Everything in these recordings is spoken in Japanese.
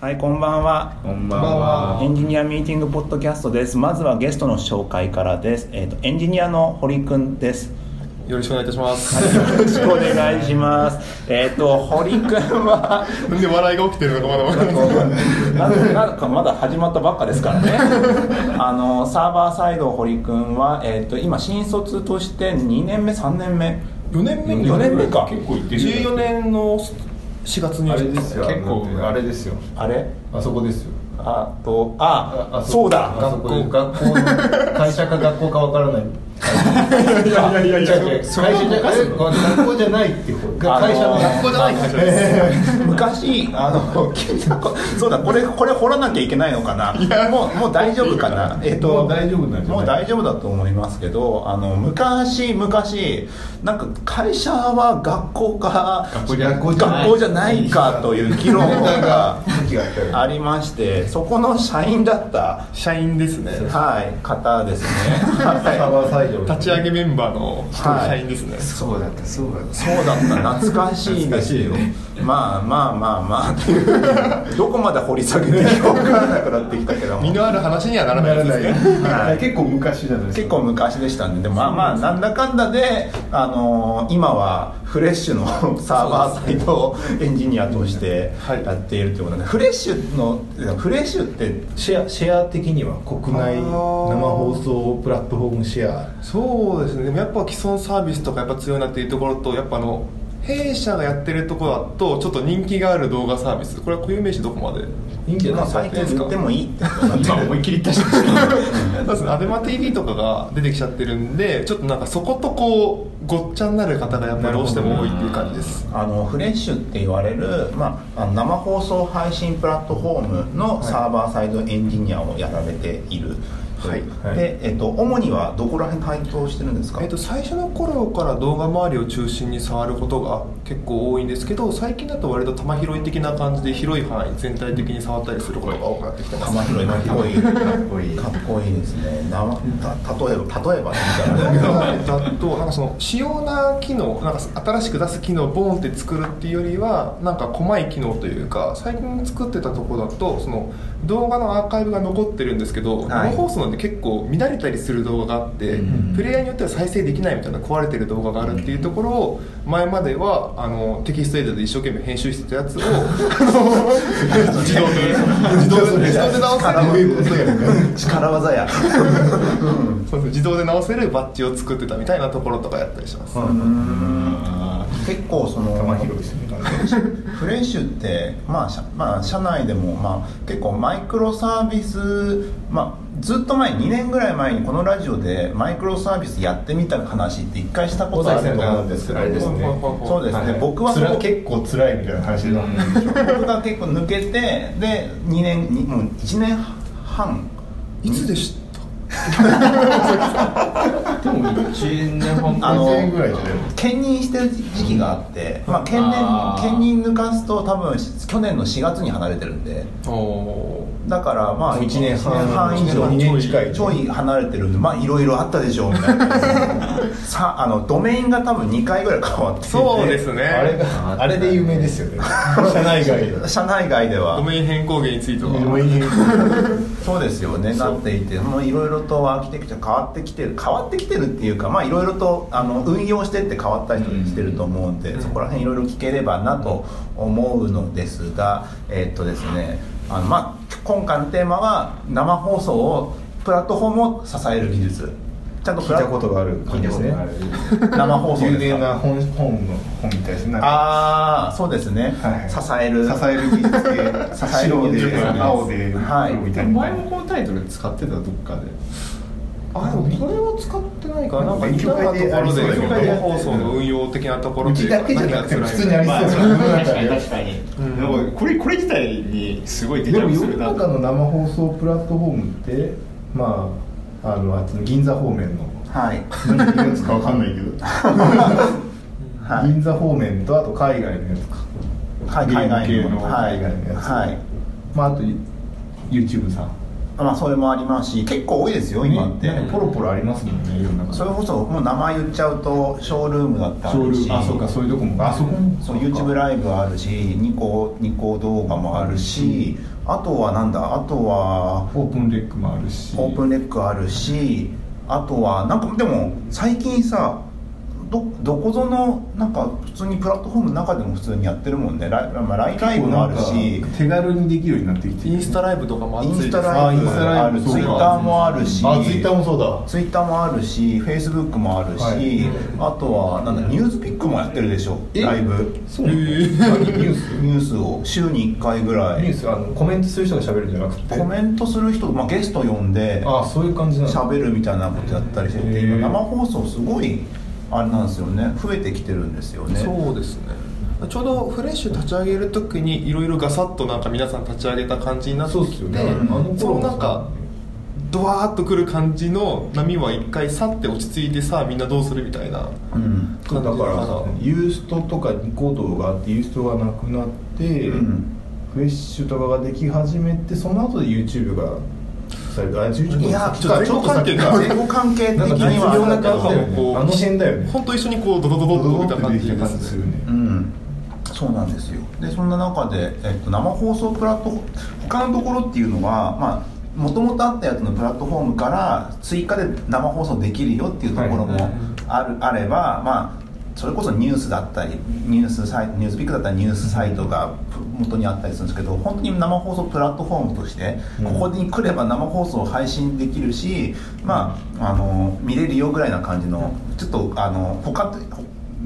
はい、こんばんは。こんばんはエンジニアミーティングポッドキャストです。まずはゲストの紹介からです。えっ、と、エンジニアの堀くんです。よろしくお願いいたし ます、よろしくお願いします。えっ、と、堀くんは。なんで笑いが起きてるのかまだ分かんないなんなんかまだ始まったばっかですからねあのサーバーサイド堀君は、えー、と今新卒として2年目3年目4年目に四年目か結構いってる14年の4月にあれですよ結構あのあれですよあれあそこですよあとああそうだあそこ学校の会社か学校かわからないいやいやいや違う違う会社じゃえこれ学校じゃないって方が会社のあのー学校じゃない会社昔あの 聞いたこそうだこれこれ掘らなきゃいけないのかなもうもう大丈夫かなえっ、ともう大丈夫なんじゃないもう大丈夫だと思いますけどあの昔昔なんか会社は学校か学校じゃない学校じゃないかという議論が時があったよありましてそこの社員だった社員ですねはい方 ですねサーはバーサイド立ち上げメンバーの一人はい社員ですね、そうだったそうだっいそうだった懐かしいですよまあまあまあまあというどこまで掘り下げていいか分からなくなってきたけども身のある話にはならないなやらつないですねはい結構昔じゃないです結か構昔でしたねでもまあまあなんだかんだで、あのー今はフレッシュのサーバーサイドエンジニアとしてはいやっているということで、フレッシュのフレッシュってシェアシェア的には国内あー生放送プラットフォームシェア そうですねでもやっぱ既存サービスとかやっぱ強いなっていうところとやっぱあの弊社がやってるところだとちょっと人気がある動画サービスこれは固有名詞どこまでいいんじゃなまいあで最近すか言ってもいいってこと今思いっきり言ったしそうですねアベマ t v とかが出てきちゃってるんでちょっとなんかそことこうごっちゃになる方がやっぱりどうしても多いっていう感じですあのフレッシュって言われる、まあ、あの生放送配信プラットフォームのサーバーサイドエンジニアをやられている、はいで、えっと、主にはどこら辺回答してるんですか、えっと、最初の頃から動画周りを中心に触ることが結構多いんですけど最近だと割と玉拾い的な感じで広い範囲全体的に触ったりすることが多くなってきてます玉広いかっこいいかっこいいこいいですねなた例えば例えばみたいなねだとなんかその主要な機能なんか新しく出す機能をボンって作るっていうよりはなんか細い機能というか最近作ってたとこだとその動画のアーカイブが残ってるんですけど、はい生放送なんで結構乱れたりする動画があって、うんプレイヤーによっては再生できないみたいな壊れてる動画があるっていうところを前まではあのテキストエディターで一生懸命編集してたやつを自動で自動で自動で直せる 力技やそうですね自動で直せるバッジを作ってたみたいなところとかやったりします、結構その玉広いですねフレッシュって、まあ社まあ、社内でも、まあ、結構マイクロサービス、まあ、ずっと前2年ぐらい前にこのラジオでマイクロサービスやってみた話って1回したことあると思うんですけどあれですねそうですね、い僕はつそらこ結構辛いみたいな話だ僕が結構抜けてで2年にもう1年半いつでしたでも1年半あの1年ぐらいじゃない兼任してる時期があって、まあ、兼あー任兼任抜かすと多分去年の4月に離れてるんでおだからまあ一年半一以上一年半二年近いちょい離れてるんでまあいろいろあったでしょうみたいなさあのドメインが多分2回ぐらい変わっていてそうですねあれがあれで有名ですよね社内外で社内外ではドメイン変更源についてはそうですよねなっていてもういろいろとアーキテクチャ変わってきてる変わってきてるっていうかまあいろいろとあの運用してって変わったりしてると思うんで、そこら辺いろいろ聞ければなと思うのですがえっとですねあの、まあ、今回のテーマは生放送をプラットフォームを支える技術ちゃんとプ聞いラたことがある感じですね生放送有です名なか本本の本みたいですねああそうですね、はい支える支える技 術で白支える技術でです青ではい黒みたい前なもこのタイトル使ってたどっかであでもこれは使ってないかななんか似たようなとこ勉強会でありろそうだでけど生放送の運用的なところうちだけじゃなくて普通にありそうなかにんでもこれこれ自体にすごい出でちゃもう世すのるな中の生放送プラットフォームってまああのあっちの銀座方面のはい 何のやつかわかんないけど、はい銀座方面とあと海外のやつかはいゲーム海外系ののはい海外のやつはいまああと YouTube さんあまあそれもありますし結構多いですよ今って、なんかポロポロありますもんねいろんなそれこそもう名前言っちゃうとショールームだったショールーしムあそうかそういうとこもあそこもそう YouTube ライブあるしニコニコ動画もあるし、あとはなんだあとはオープンレックもあるしオープンレックあるしあとはなんかでも最近さどどこぞのなんか普通にプラットフォームの中でも普通にやってるもんねライ,、まあ、ラインライブもあるしなんか手軽にできるようになってきてインスタライブとかもイ熱いンですスタライブもあるインツスタライブそうかイッターもあるしあツイッターもそうだツイッターもあるしフェイスブックもあるし、はいあとはなんだニュースピックもやってるでしょえライブそうなのニュースニュースを週に1回ぐらニューいスあのコメントする人が喋るんじゃなくてコメントする人、まあ、ゲスト呼んであそういう感じなの喋るみたいなことやったりしててへー今生放送すごいあれなんですよね増えてきてるんですよねそうですねちょうどフレッシュ立ち上げる時にいろいろガサッとなんか皆さん立ち上げた感じになってそうっきすてよねあの頃そのなんかドワーッとくる感じの波は一回去って落ち着いてさあみんなどうするみたいなうんだからさユーストとかニコ動があってユーストがなくなって、うんフレッシュとかができ始めてその後で YouTube がされたあ YouTube いやちょっとちょっと先前後関係前後関係的なんかに絶は 妙あなるけど感じだよねあの辺だよね本当一緒にこうドドドドッとみたいな感じドでドドッとできた感じすすねるねうんそうなんですよでそんな中で、えっと、生放送プラットフォーム他のところっていうのはまあもともとあったやつのプラットフォームから追加で生放送できるよっていうところはいもある、あればまあそれこそニュースだったりニュースサイニュースピックだったりニュースサイトが元にあったりするんですけど本当に生放送プラットフォームとしてうんここに来れば生放送を配信できるし、まあ、あの見れるよぐらいな感じのちょっとあの他と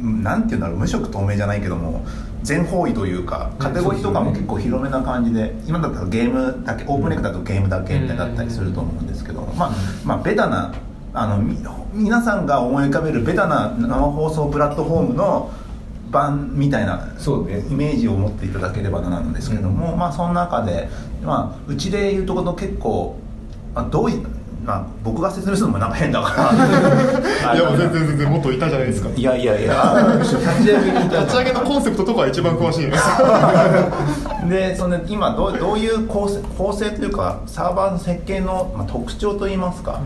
うんなんていうんだろう無色透明じゃないけども全方位というかカテゴリーとかも結構広めな感じで今だったらゲームだけオープンレックだとゲームだけみたいだったりすると思うんですけどまあまあベタなあのみ皆さんが思い浮かべるベタな生放送プラットフォームの版みたいなそうねイメージを持っていただければななんですけども、まあその中で、まあ、うちでいうとこの結構、まあ、どういまあ、僕が説明するのもなんか変だからいやもう全然全然もっといたじゃないですか いやいやいや立ち上げに立ち上げのコンセプトとかは一番詳しいですでその今どうどういう構成構成というかサーバーの設計の、まあ、特徴といいますか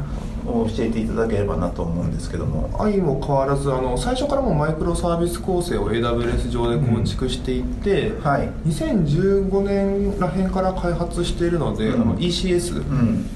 を教えていただければなと思うんですけども i も変わらずあの最初からもうマイクロサービス構成を AWS 上で構築していって、はい2015年らへんから開発しているので、うんあの ECS、うん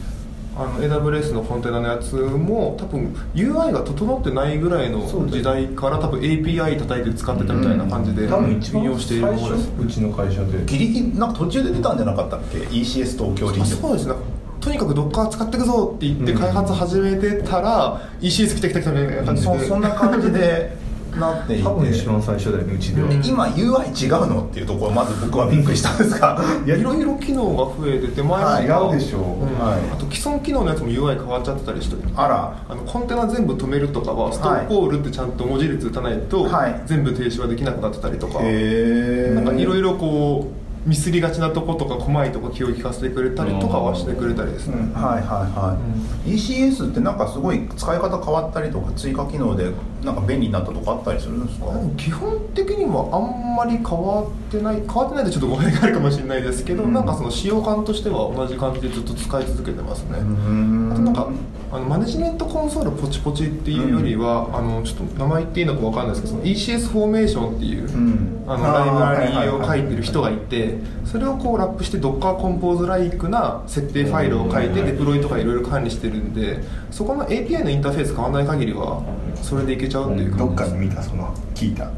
あの AWS のコンテナのやつも多分 UI が整ってないぐらいの時代から多分 API 叩いて使ってたみたいな感じで多分一運番用してい最るものです初うちの会社でギリギリなんか途中で出たんじゃなかったっけ ECS 東京リーあそうですねとにかく Docker 使っていくぞって言って開発始めてたら、ECS 来た来た来たみたいな感じでそそんな感じでなっていて多分一番最初だよねうちでは、うん今 UI 違うのっていうところまず僕はびっくりしたんですがいろいろ機能が増えてて前ははいう違うでしょう、うんはいあと既存機能のやつも UI 変わっちゃってたりしてあらあのコンテナ全部止めるとかはストップコールってちゃんと文字列打たないと、はい全部停止はできなくなってたりとか、へなんかいろいろろこうミスりがちなとことか細いとこ気を利かせてくれたりとかはしてくれたりですね、はいはいはい、ECS ってなんかすごい使い方変わったりとか追加機能でなんか便利になったとかあったりするんですかでも基本的にはあんまり変わってない変わってないとちょっと語弊があるかもしれないですけど、うんなんかその使用感としては同じ感じでずっと使い続けてますね、んあとなんかあのマネジメントコンソールポチポチっていうよりは、あのちょっと名前言っていいのかわかんないですけどその ECS フォーメーションっていう、うんああーのライブラリーを書いてる人がいてそれをこうラップして Docker コンポーズライクな設定ファイルを書いてデプロイとかいろいろ管理してるんでそこの API のインターフェース変わらない限りはそれでいけちゃうっていうどっ感かじで見たその聞いた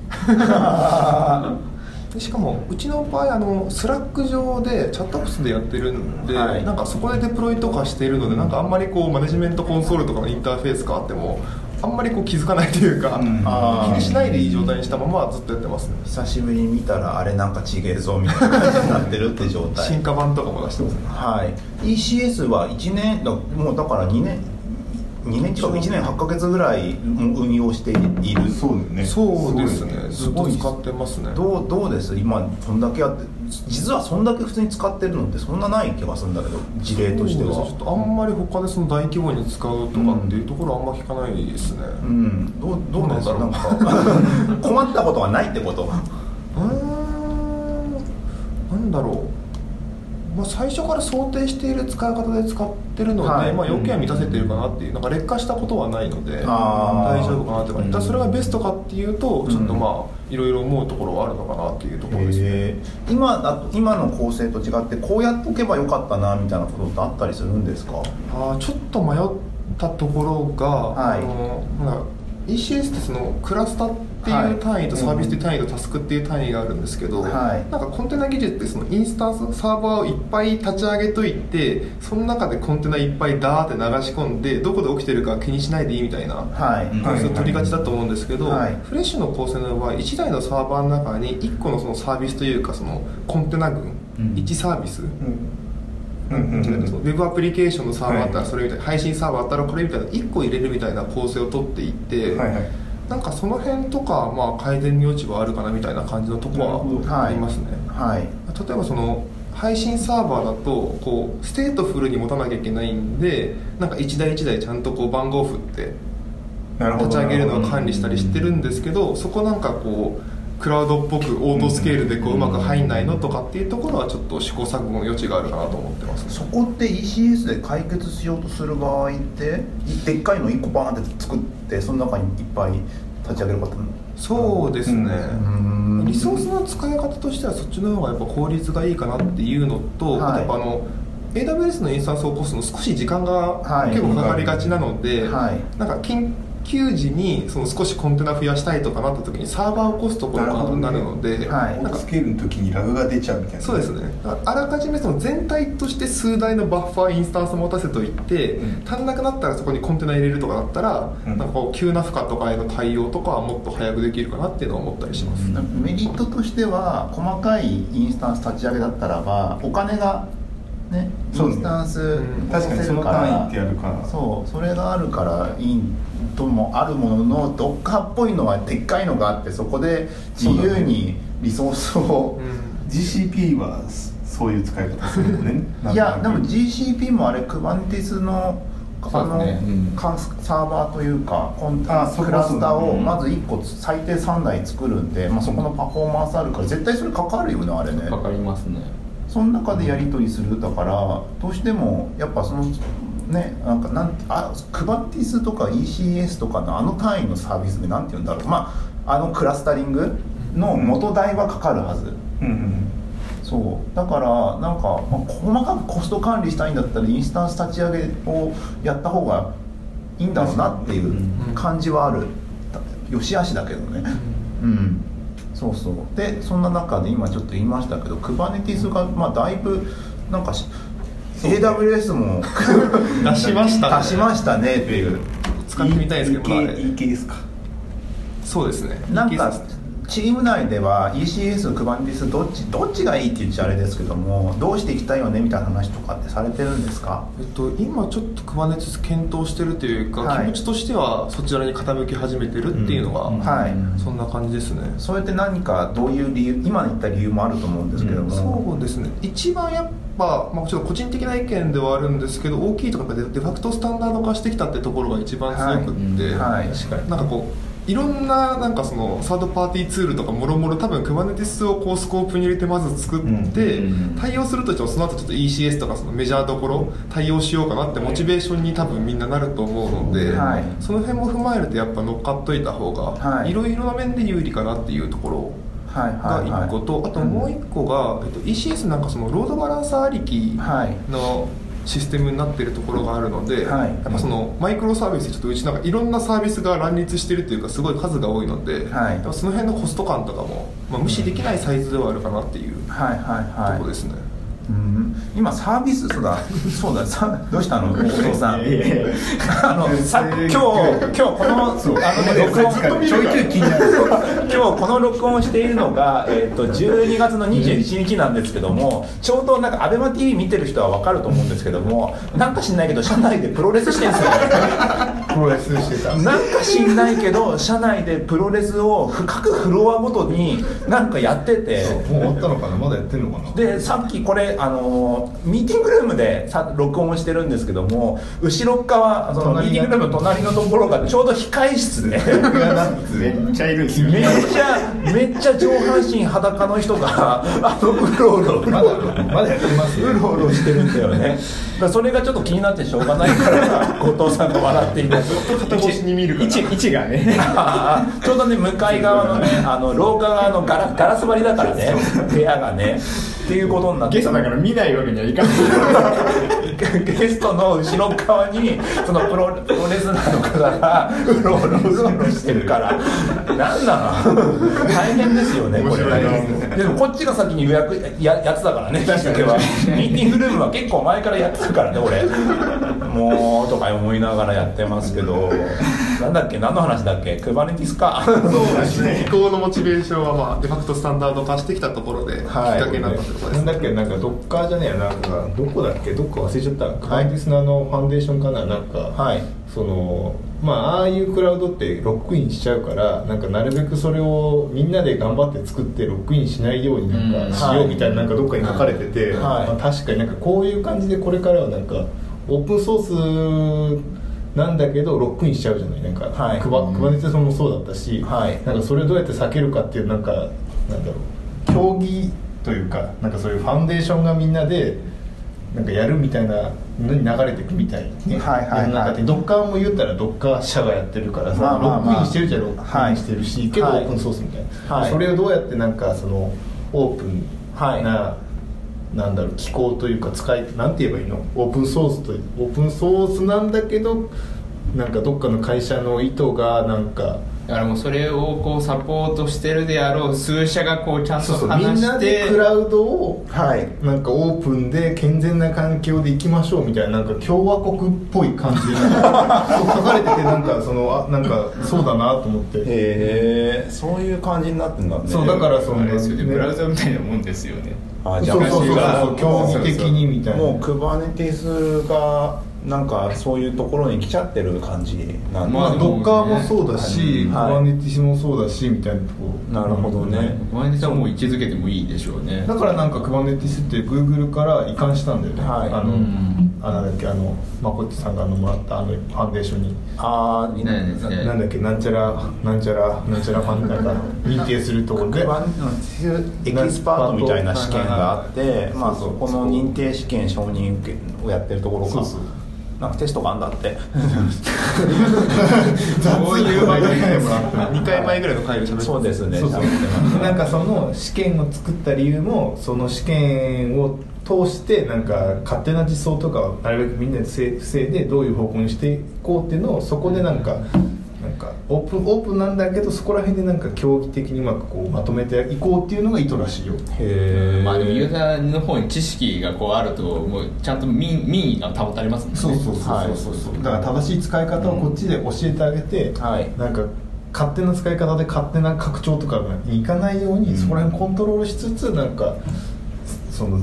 でしかもうちの場合あのスラック上でチャットプスでやってるんで、はいなんかそこでデプロイとかしているのでなんかあんまりこうマネジメントコンソールとかのインターフェースがあってもあんまりこう気づかないというか、あー気にしないでいい状態にしたままずっとやってますね久しぶりに見たらあれなんかちげえぞみたいな感じになってるって状態進化版とかも出してますねはい、ECS は1年だもうだから2年2年近く1年8ヶ月ぐらいもう運用しているそうだよねそうですねずすっごとい使ってますねどうどうです今そんだけやって実はそんだけ普通に使ってるのってそんなない気がするんだけど事例としてそうですねちょはっとあんまり他でその大規模に使うとかっていうところはあんま聞かないですねううんどうどうなんだろうどなうんなんか困ったことはないってことーんなんだろうまあ、最初から想定している使い方で使ってるので、はいまあ、要件は満たせてるかなっていうなんか劣化したことはないのであー大丈夫かなって感じただそれがベストかっていうとちょっとまあいろいろ思うところはあるのかなっていうところですね、へー今だと今の構成と違ってこうやっとけばよかったなみたいなことってあったりするんですかあーちょっと迷ったところが、はいあのなんだ ECS ってそのクラスターってはいいう単位とサービスっていう単位とタスクっていう単位があるんですけど、はいなんかコンテナ技術ってそのインスタンスサーバーをいっぱい立ち上げといてその中でコンテナいっぱいダーって流し込んでどこで起きてるか気にしないでいいみたいなはい、うんコースを取りがちだと思うんですけど、はいフレッシュの構成の場合1台のサーバーの中に1個のそのサービスというかそのコンテナ群、うん1サービス、うんうん違うウェブアプリケーションのサーバーあったはらいそれみたいな、配信サーバーあったらこれみたいな1個入れるみたいな構成を取っていって、はいはいなんかその辺とか、まあ、改善の余地はあるかなみたいな感じのとこはありますね、はい例えばその配信サーバーだとこうステートフルに持たなきゃいけないんでなんか1台1台ちゃんとこう番号振ってなるほど立ち上げるのを管理したりしてるんですけどそこなんかこうクラウドっぽくオートスケールでこううまく入んないのとかっていうところはちょっと試行錯誤の余地があるかなと思ってますねそこって ECS で解決しようとする場合っていでっかいの1個バーンって作ってその中にいっぱい立ち上げることもそうですね、うんリソースの使い方としてはそっちの方がやっぱ効率がいいかなっていうのと、はいあとやっぱあの AWS のインスタンスを起こすの少し時間がはい結構かかりがちなので、はいなんか緊急時にその少しコンテナ増やしたいとかなった時にサーバーを起こすところがなるのなでるほどねはいオーなんトかスケールの時にラグが出ちゃうみたいなそうですねあらかじめその全体として数台のバッファーインスタンスを持たせといて、うん足んなくなったらそこにコンテナ入れるとかだったら、うんなんかこう急な負荷とかへの対応とかはもっと早くできるかなっていうのは思ったりします、なんかメリットとしては細かいインスタンス立ち上げだったらばお金がねイそうンねスタンスうん確かにその単位ってやるからそうそれがあるからいいともあるもののどっかっぽいのはでっかいのがあってそこで自由にリソースを、うん GCP はそそういう使い方するよねなんいとなやくでも GCP もあれ Kubernetes のあそうの、ですねうんかサーバーというかコンあそこクラスターそうをだねまず1個最低3台作るんで、まあ、そこのパフォーマンスあるから絶対それかかるよねあれねかかりますねその中でやり取りするだからどうしてもやっぱそのねなんかなんあクバティスとか ECS とかのあの単位のサービスでなんて言うんだろうまああのクラスタリングの元代はかかるはずうんうんそうだからなんか、まあ、細かくコスト管理したいんだったらインスタンス立ち上げをやった方がいいんだろうなっていう感じはある、よしあしだけどねうんそうそうでそんな中で今ちょっと言いましたけど Kubernetes がまあだいぶなんかし AWS も出 しましたね出しましたねっていう使ってみたいですけど、まああれ EK, EK ですかそうですねなんいけそうかですねチーム内では ECS、Kubernetes どっちどっちがいいって言っちゃあれですけどもどうしていきたいよねみたいな話とかってされてるんですかえっと、今ちょっと Kubernetes 検討してるというか、はい気持ちとしてはそちらに傾き始めてるっていうのが、うんはい、そんな感じですね、そうやって何かどういう理由今言った理由もあると思うんですけども、そうですね一番やっぱ、まあ、ちょっと個人的な意見ではあるんですけど大きいとかデデファクトスタンダード化してきたってところが一番強くって、はい確かになんかこういろんななんかそのサードパーティーツールとかもろもろ多分 Kubernetes をこうスコープに入れてまず作って、うん対応するとしてもその後ちょっと ECS とかそのメジャーどころ対応しようかなってモチベーションに多分みんななると思うので、はいその辺も踏まえるとやっぱ乗っかっといた方が、はいいろいろな面で有利かなっていうところはいがはいはい1個と、あともう1個が、えっと、ECS なんかそのロードバランサーありきはいのシステムになってるところがあるので、はいやっぱそのマイクロサービスでちょっとうちなんかいろんなサービスが乱立してるというかすごい数が多いので、はいやっぱその辺のコスト感とかも、まあ、無視できないサイズではあるかなっていうとはいはいはいころですね、うん今サービスそうだ そうださどうしたの大久 保さんいやいやいやあのさ今日今日このあのね録音ずっと見るからちょいちょい気にな今日この録音しているのがえっ、と12月の21日なんですけどもちょうどなんかアベマ t v 見てる人はわかると思うんですけどもなんか知んないけど社内でプロレスしてる んですよプロレスしてたなんか知んないけど社内でプロレスを各フロアごとになんかやっててもう終わったのかなまだやってんのかなでさっきこれれあのミーティングルームでさ録音をしてるんですけども後ろっ側そのミーティングルームの隣のところがちょうど控え 室でめっちゃいるんですよめっちゃめっちゃ上半身裸の人があのうろうろうまだまだやってますよろうろしてるんだよねだからそれがちょっと気になってしょうがないから後藤さんが笑っています片越しに見るから位置がねあ ーちょうどね向かい側のねあの廊下側のガラガラス張りだからね部屋がねっていうことになってゲストだから見ないわけにはいかないゲストの後ろ側にそのプロプロレスラーの方がうろうろうろうろしてるから何なの大変ですよねこれ面白いなでもこっちが先に予約ややってたからねきっかけはミーティングルームは結構前からやってたからね俺もうとか思いながらやってますけどなんだっけ何の話だっけクバネティスかそうですね移行のモチベーションは、まあ、デファクトスタンダード化してきたところで、きっかけになったってことでなすんねだっけなんかドッカーじゃねえやなんかどこだっけどっか忘れちゃったクライティスナーのファンデーションかななんか、はいそのまあああいうクラウドってロックインしちゃうからなんかなるべくそれをみんなで頑張って作ってロックインしないようになんうんかしようみたいななんかどっかに書かれてて、はいまあ確かになんかこういう感じでこれからはなんかオープンソースなんだけどロックインしちゃうじゃないなんか、はいクバクバネテさんもそうだったし、はいなんかそれをどうやって避けるかっていうなんかなんだろう競技というかなんかそういうファンデーションがみんなでなんかやるみたいなのに流れていくみたいね、はいはいはい世の中でドッカーも言ったらドッカー社がやってるからさ、まあまあまあロックインしてるじゃロックインしてるし、けどオはいープンソースみたいな、はいそれをどうやってなんかそのオープンはいな、なんだろう機構というか使いなんて言えばいいのオープンソースというオープンソースなんだけどなんかどっかの会社の意図がなんかだからもうそれをこうサポートしてるであろう数社がこうちゃんとそうそうみ話んなしでてクラウドをはいなんかオープンで健全な環境でいきましょうみたいななんか共和国っぽい感じでそう書かれててなんかそのあなんかそうだなと思ってへえそういう感じになってんだねそうだからそのあれですよねねブラウザみたいなもんですよねあじゃそあうそうそうそう競技的にみたいなもうクバネティスがなんかそういうところに来ちゃってる感じなんでまあまあドッカーもそうだしクはいバネティスもそうだしみたいなとこなるほどね小林さんはもう位置づけてもいいでしょうねだからなんかクバネティスってグーグルから移管したんだよね、はいあうの、んあなんだっけあのまこっちさんがあのもらったあのファンデーションにああいないですねなんだっけなんちゃらなんちゃらなんちゃらファンなんか認定するところでクバネティスエキスパートみたいな試験があってまあそこの認定試験承認をやってるところそがうそうなんかテストがあんだってそういう前でもらった2回前ぐらいの回で喋ってそうですねそうそう喋ってますなんかその試験を作った理由もその試験を通してなんか勝手な実装とかをなるべくみんなで防いでどういう方向にしていこうっていうのをそこでなんかなんかオープンオープンなんだけどそこら辺でなんか競技的にうまくこうまとめていこうっていうのが意図らしいよへえまあでもユーザーの方に知識がこうあるともうちゃんと民民意が保たれますもんねそうそうそうそうそう、だから正しい使い方をこっちで教えてあげて、はいなんか勝手な使い方で勝手な拡張とかにいかないように、そこら辺コントロールしつつなんかその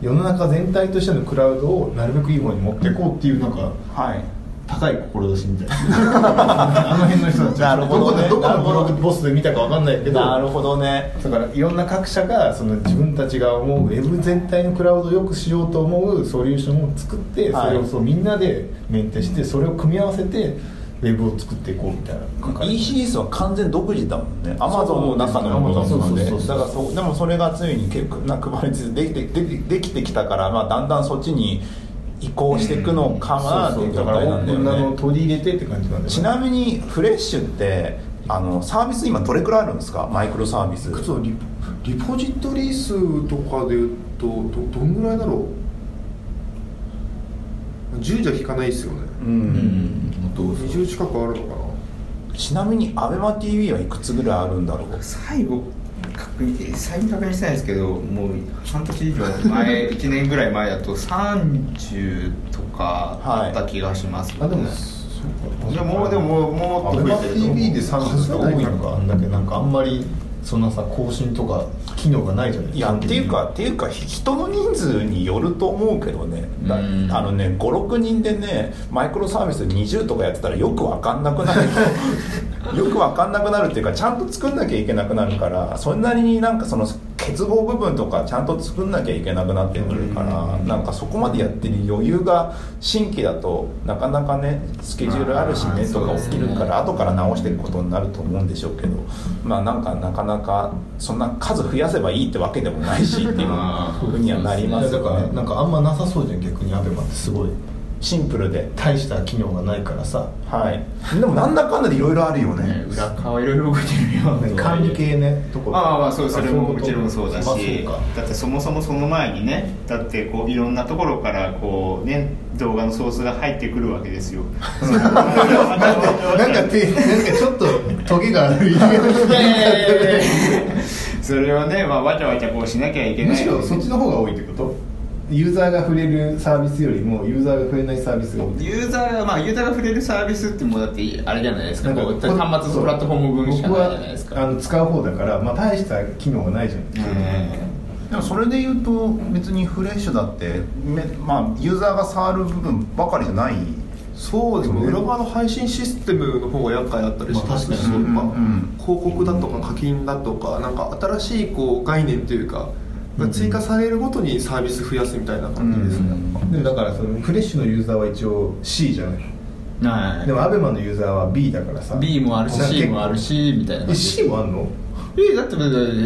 世の中全体としてのクラウドをなるべくいい方に持っていこうっていうなんかはい高い志みたいなあの辺の人たちなるほどねどこのどこのブログボスで見たかわかんないけどなるほどねだからいろんな各社がその自分たちが思うウェブ全体のクラウドを良くしようと思うソリューションを作ってはいそれをそうみんなでメンテしてそれを組み合わせてウェブを作っていこうみたいな ECS は完全独自だもんねアマゾンの中のものだもんねそうそうそうそうだからそうでもそれがついに結構な配りつつできてできできてきたから、まあ、だんだんそっちに移行していくのかなってそいううそう状だから態オなーんだプンなのよをね取り入れてって感じなんだよねちなみにフレッシュってあのサービス今どれくらいあるんですかマイクロサービスそうリポリポジトリ数とかでいうとどどんぐらいだろう10じゃ引かないですよねううんん20近くあるのかなちなみに ABEMATV はいくつぐらいあるんだろう最後確認最近確認してないんですけどもう半年以上前1年ぐらい前だと30とかあった気がします、あでもいやもうでももうもっと増えてると思う TV で参加する多いのかあんだけなんかあんまりそんなさ更新とか機能がないじゃないいやっていうかっていうか人の人数によると思うけどねだうんあのね56人でねマイクロサービス20とかやってたらよく分かんなくなるよく分かんなくなるっていうかちゃんと作んなきゃいけなくなるからそれなりになんかその結合部分とかちゃんと作んなきゃいけなくなってくるからなんかそこまでやってる余裕が新規だとなかなかねスケジュールあるしねあーとかそ起うきですねるから後から直していくことになると思うんでしょうけどまあなんかなかなかそんな数増やせばいいってわけでもないし っていうふうにはなりますだよからねなんかあんまなさそうじゃん逆にアベマってすごいシンプルで大した機能がないからさはいでもなんだかんだでいろいろあるよねね裏側いろいろ動いてるよとか管理系ねところああまあそうそれもいもことちろんそうだしまあそうかだってそもそもその前にねだってこういろんなところからこうね動画のソースが入ってくるわけですよなんかてなんかちょっとトゲがあるいやいやいやいや それをね、まあ、わちゃわちゃこうしなきゃいけないむしろそっちの方が多いってことユーザーが触れるサービスよりもユーザーが触れないサービスが多いユーザーがまあユーザーが触れるサービスってもうだってあれじゃないですかこうこ端末プラットフォーム分しかないじゃないです僕はかあの使う方だから、まあ、大した機能がないじゃんうんでもそれで言うと別にフレッシュだってめまあユーザーが触る部分ばかりじゃないそうですね裏側の配信システムの方が厄介だったりしますし、まあ確かにまあうん広告だとか課金だとかなんか新しいこう概念というかが追加されるごとにサービス増やすみたいな感じですね、でもだからそのフレッシュのユーザーは一応 C じゃないはいでもアベマのユーザーは B だからさ B もあるしなんか C もあるしみたいなえ感じ C もあんのえだって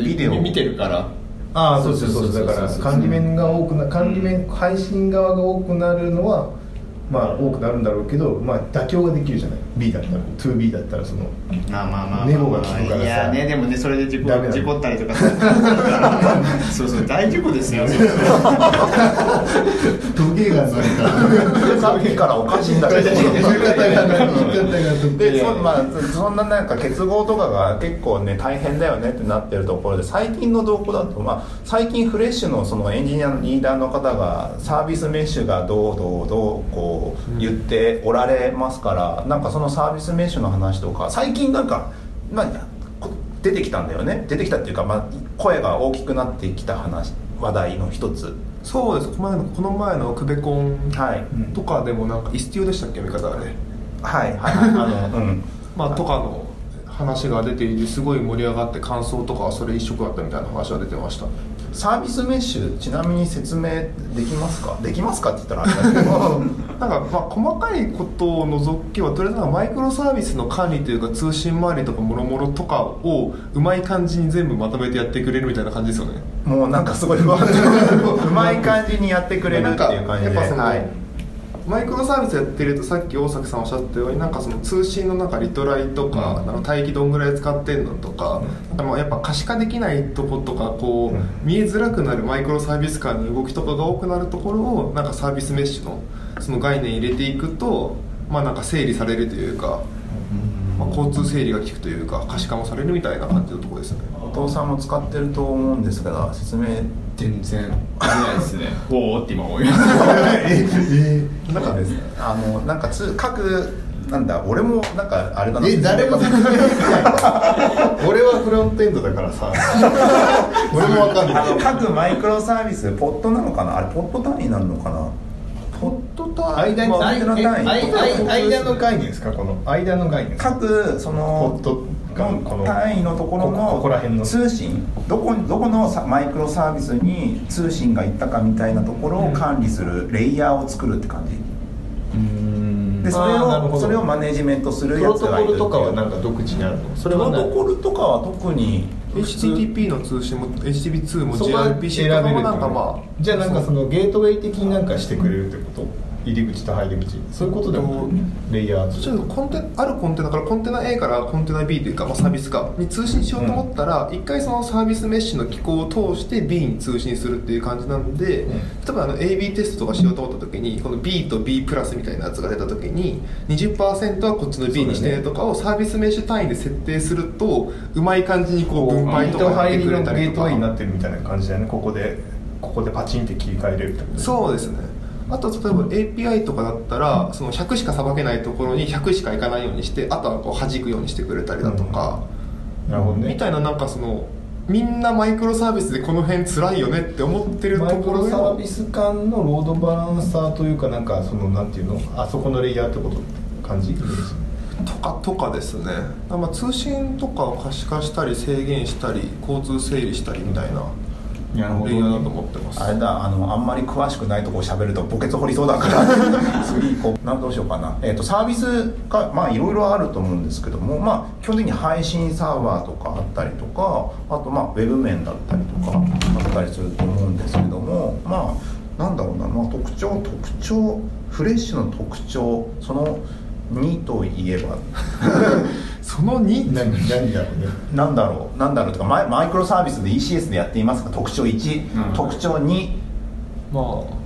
ビビデオ見てるからああそうそうそうそうそうそうだからそう管理面が多くな管理面配信側が多くなるのはまあ多くなるんだろうけどまあ妥協ができるじゃない B だったら 2B だったらそのまあまあまあまあネボが効くからさいやねでもねそれで事故ダメだ事故ったりとか そうそう大事故ですよトゲがないからさっきからおかしいんだ けど言い方がない言い方がトゲでそ,、まあ、そんななんか結合とかが結構ね大変だよねってなってるところで最近の動向だと、まあ、最近フレッシュのそのエンジニアのリーダーの方がサービスメッシュがどうどうどうこう言っておられますから、なんかそのサービスメッシュの話とか最近なんか、まあ、こ出てきたんだよね出てきたっていうか、まあ、声が大きくなってきた話話題の一つ。そうですこの前のこの前のクベコンはいとかでもなんかイスティオでしたっけ見方あれはいはいあの、うんまあ、とかの話が出ていてすごい盛り上がって感想とかはそれ一色だったみたいな話は出てましたサービスメッシュちなみに説明できますかできますかって言ったらあれだけどなんかまあ細かいことを除きはとりあえずなんかマイクロサービスの管理というか通信周りとかもろもろとかをうまい感じに全部まとめてやってくれるみたいな感じですよねもうなんかすごい不安定うまい感じにやってくれるっていう感じでなんかやっぱそのはいマイクロサービスやってるとさっき大崎さんおっしゃったようになんかその通信の中リトライとか,、なんか帯域どんぐらい使ってんのとか,、あのやっぱ可視化できないとことかこう、見えづらくなるマイクロサービス間の動きとかが多くなるところをなんかサービスメッシュのその概念入れていくとまあなんか整理されるというか、まあ、交通整理が効くというか可視化もされるみたいな感じのところですよねお父さんも使ってると思うんですが説明全然出ないですねおおって今思いまし なたんかですねあのなんかつ各なんだ俺もなんかあれだなえ誰も説明できない俺はフロントエンドだからさ俺もわかんあのない各マイクロサービスポットなのかなあれポット単位になるのかなポット単位間にまあポット単位あいあい間の概念ですかこの間の概念各そのポットがこの単位のところここここら辺のの通信どこどこのさマイクロサービスに通信が行ったかみたいなところを管理するレイヤーを作るって感じでそれあーなるほをどそれをマネジメントするプやロつトコがいるっていルうとかはなんか独自にあるのそプれはロないトコルとかは特に HTTP の通信も HTTP2 もそこは選べる GRPC とかもなんかまあじゃあなんかそのゲートウェイ的になんかしてくれるってこと入り口と入り口そういうことでもレイヤーそとうするとコンテナあるコンテナからコンテナ A からコンテナ B というか、まあ、サービスかに通信しようと思ったら一、回そのサービスメッシュの機構を通して B に通信するっていう感じなんで、例えばあの AB テストとかしようと思った時にこの B と B プラスみたいなやつが出た時に20%はこっちの B にしてねとかをサービスメッシュ単位で設定するとうまい感じにこう分配と人かやっ入てりくのれゲたりーとトウェイになかってるみたいな感じだよねここでここでパチンって切り替えれるってことそうですねあと例えば API とかだったらその100しかさばけないところに100しかいかないようにしてあとはこう弾くようにしてくれたりだとか、なるほどねみたいななんかそのみんなマイクロサービスでこの辺辛いよねって思ってるとマイクころロでサービス間のロードバランサーというかなんかそのなんていうのあそこのレイヤーってこと感じとかとかですね、まあ、通信とかを可視化したり制限したり交通整理したりみたいななるほど分野だと思ってますあれだあのあんまり詳しくないとこ喋ると墓穴掘りそうだから 次行こうなんどうしようかな、えー、とサービスがまあいろいろあると思うんですけども、まあ、基本的に配信サーバーとかあったりとかあとまあウェブ面だったりとかあったりすると思うんですけどもまあなんだろうな、まあ、特徴特徴フレッシュの特徴その2といえば その2何何だろうねなんだろうなんだろうとかマイマイクロサービスで ECS でやっていますが特徴1、うん特徴2まあ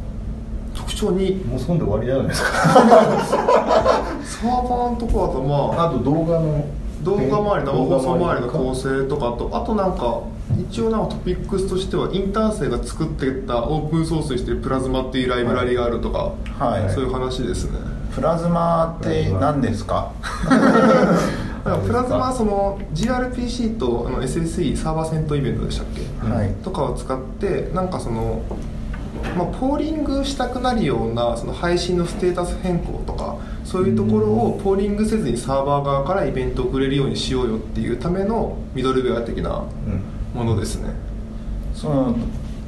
特徴にもうそんで終わりじゃないですかサーバーのとこだとまああと動画の動画周り生放送周りの構成成とかとあとなんか一応なんかトピックスとしてはインターン生が作ってたオープンソースにしてるプラズマっていうライブラリがあるとか、はいそういう話ですね、プラズマって何ですかだからプラズマはその GRPC とあの SSE サーバーセントイベントでしたっけ、はいとかを使ってなんかその、まあ、ポーリングしたくなるようなその配信のステータス変更とかそういうところをポーリングせずにサーバー側からイベントをくれるようにしようよっていうためのミドルウェア的なものですね、その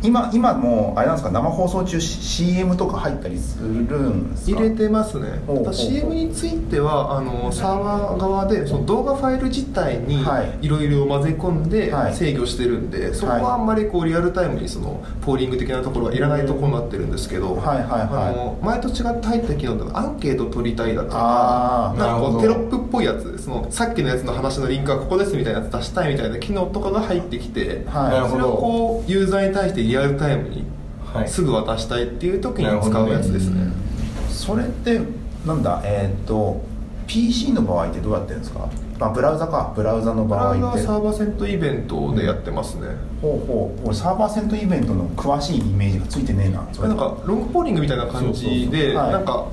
今今もうあれなんですか生放送中 CM とか入ったりするんですか入れてますねほうほうほう CM についてはあのサーバー側でその動画ファイル自体にはいいろいろ混ぜ込んではい制御してるんで、そこはあんまりこうリアルタイムにそのポーリング的なところはいらないところになってるんですけど、はいはいはいあの前と違って入った機能とかアンケート取りたいだとあかーなんかこうなテるロほどップっぽいやつそのさっきのやつの話のリンクはここですみたいなやつ出したいみたいな機能とかが入ってきて、はいなるほどそれをこうユーザーに対してリアルタイムにはいすぐ渡したいっていう時に使うやつですね。それってなんだえっ、と PC の場合ってどうやってるんですかあブラウザかブラウザのブラ場ウザ合っはてサーバーセントイベントでやってますね、ほうほう俺サーバーセントイベントの詳しいイメージがついてねえなそれなんかロングポーリングみたいな感じそうそうでそうはいなんか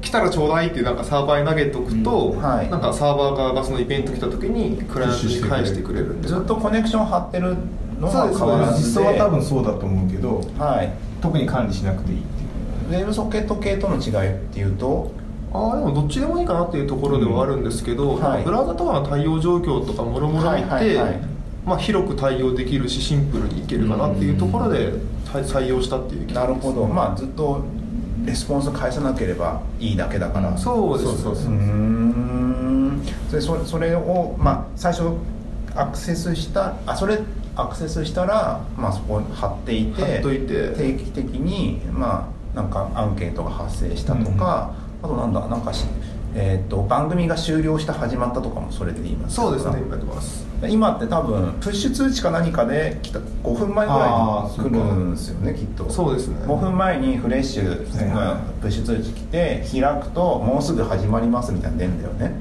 来たらちょうだいってなんかサーバーに投げとくと、んはいなんかサーバー側がそのイベント来た時にクライアントに返してくれるんでずっとコネクション張ってるのは変わらずで実装は多分そうだと思うけどはい特に管理しなくていいっていうウェブソケット系との違いっていうとああでもどっちでもいいかなっていうところではあるんですけど、うんなんかはいブラウザとかの対応状況とかもろもろ見て、はいはいはいまあ、広く対応できるしシンプルにいけるかなっていうところで対採用したっていうなるほどまあずっとレスポンス返さなければいいだけだから、うそうですーねんそれそれそれを、まあ、最初アクセスしたあそれアクセスしたら、まあ、そこに貼っていて貼っといて定期的に、まあ、なんかアンケートが発生したとか、あとなんだなんかし、えー、と番組が終了した始まったとかもそれで言いますそうですね今やってます今って多分プッシュ通知か何かで来た5分前ぐあらーいに来るんですよねきっとそうですね5分前にフレッシュがプッシュ通知来て開くともうすぐ始まりますみたいなの出るんだよね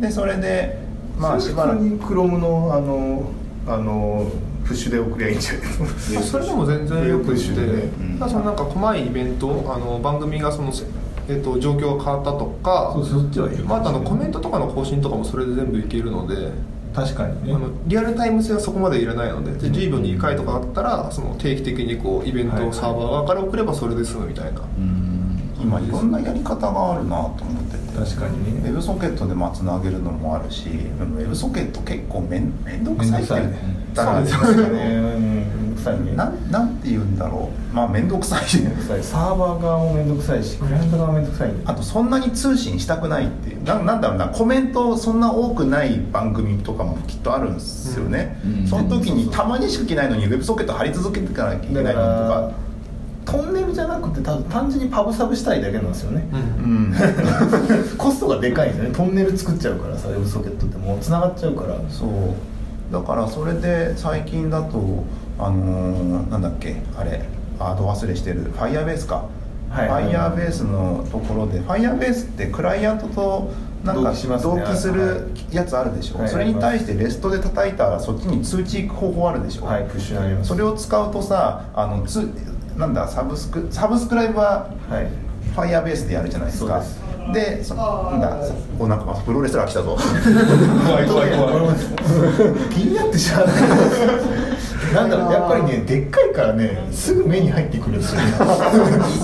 でそれでまあしばら普通くに Chrome のあのあのプッシュで送りゃいいんじゃないですまあそれでも全然よくして、プッシュでんただそのなんか細いイベントあの番組がその、えっと状況が変わったとかそうそっちはいいまあ、あとあのコメントとかの更新とかもそれで全部いけるので、確かにあのリアルタイム性はそこまでいらないのでで10秒に1回とかだったらその定期的にこうイベントをサーバー側から送ればそれで済むみたいな、今いろんなやり方があるなと思ってて確かウにェブソケットでまあつなげるのもあるしウェブソケット結構めんめんどくさいって言ったらあれですけどかねうん臭いねなんなんて言うんだろうまあめんどくさい臭いサーバー側も面倒くさいしクライアント側も面倒くさいんだあよとそんなに通信したくないっていうななんだろうなコメントそんな多くない番組とかもきっとあるんですよね、うんうんその時にたまにしか来ないのにウェブソケット貼り続けていかなきゃいけないのだとかからトンネルじゃなくてただ単純にパブサブしたいだけなんですよね、うんコストがでかいんですよねトンネル作っちゃうからさウェブソケットってもう繋がっちゃうからそうだからそれで最近だとあのーなんだっけあれあど忘れしてる Firebase か、はいはい Firebase のところで Firebase ってクライアントとなん同か期します同ね期すはるやつあるでしょ、はいそれに対してレストで叩いたらそっちに通知行く方法あるでしょ、はいプッシュになりますそれを使うとさあのつなんだサブスクサブスクライブははいファイヤーベースでやるじゃないですかそでそなんだおなんかプロレスラー来たぞ怖い怖い怖い気になってしゃあないなんだろうやっぱりねでっかいからねすぐ目に入ってくるんですよ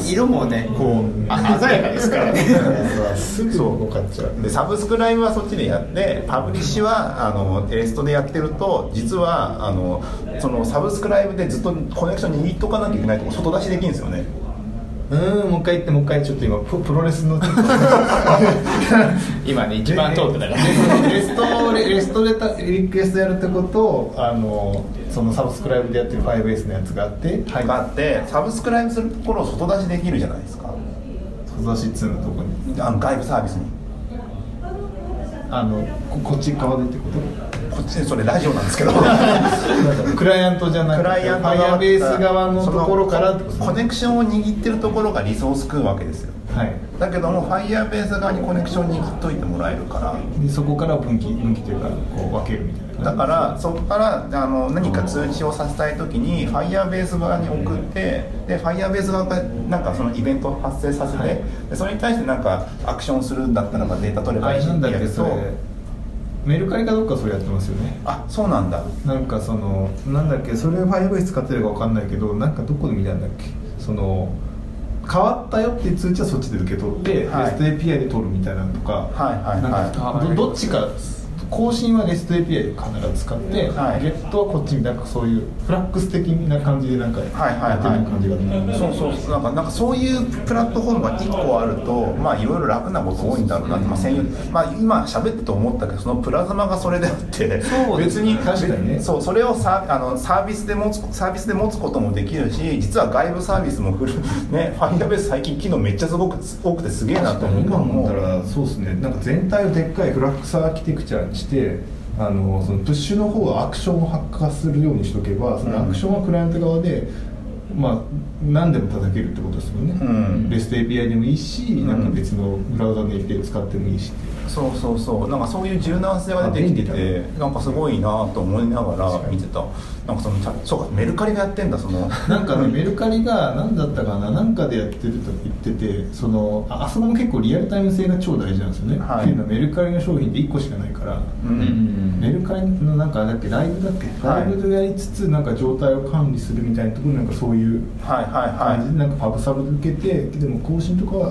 い色もねこうあ鮮やかですからねすぐ動かっちゃうでサブスクライブはそっちでやってパブリッシュはあのテレストでやってると実はあのそのサブスクライブでずっとコネクション握っとかなきゃいけないとこ外出しできるんですよねうーんもう一回言ってもう一回ちょっと今ププロレスの 今ね一番通ってたからレストレレストでたリクエストやるってことあのそのサブスクライブでやってる 5S のやつがあってがあってサブスクライブするところを外出しできるじゃないですか外出し2のとこにあの外部サービスにあのここっち側でってことこっちでそれラジオなんですけ どクライアントじゃなくクてライアントファイアベース側のところからってことそのコネクションを握ってるところがリソース食うわけですよはいだけどもファイヤーベース側にコネクション握っといてもらえるからでそこから分岐分岐というかこう分けるみたいな感じだからそこからあの何か通知をさせたい時にファイヤーベース側に送ってでファイヤーベース側がなんかそのイベントを発生させて、はいでそれに対してなんかアクションするんだったらばデータ取ればあいいれしなっんてだっやけるそとれメルカリかどっかそれやってますよねあそうなんだなんかそのなんだっけそれ 5S 使ってるかわかんないけどなんかどこで見たんだっけその変わったよっていう通知はそっちで受け取って、はい REST API で取るみたいなのとか,、はいはいはいなんかどどっちか更新は REST API で必ず使って、はいゲットはこっちになんかそういうフラックス的な感じでなんかやはいはいってる感じがあるはいそうそうなんかなんかそういうプラットフォームが1個あるとまあいろいろ楽なこと多いんだろうなって、まあ、専用まあ今喋ってと思ったけどそのプラズマがそれであってそうで別すねに確かにねそうそれをサあのサービスで持つサービスで持つこともできるし実は外部サービスもフル ねファイアベース最近機能めっちゃすごく多くてすげえなと思う今思ったらそうですねなんか全体をでっかいフラックスアーキテクチャにしてあのそのプッシュの方はアクションを発火するようにしとけばそのアクションはクライアント側で、まあ、何でも叩けるってことですよね、うんレスト API でもいいし、なんか別のブラウザの API 使ってもいいしそうそうそうなんかそういう柔軟性が出てきてあて便利なんかすごいなと思いながら見てたなんかそのちゃそうかメルカリがやってんだそのなんかね、メルカリが何だったかな何かでやってると言っててそのああそこも結構リアルタイム性が超大事なんですよね、はいっていうのはメルカリの商品って1個しかないから、うんメルカリのなんかあれだっけライブだっけ、はいライブでやりつつなんか状態を管理するみたいなところになんかそういうはいはい感はじいでなんかパブサブで受けてでも更新とかは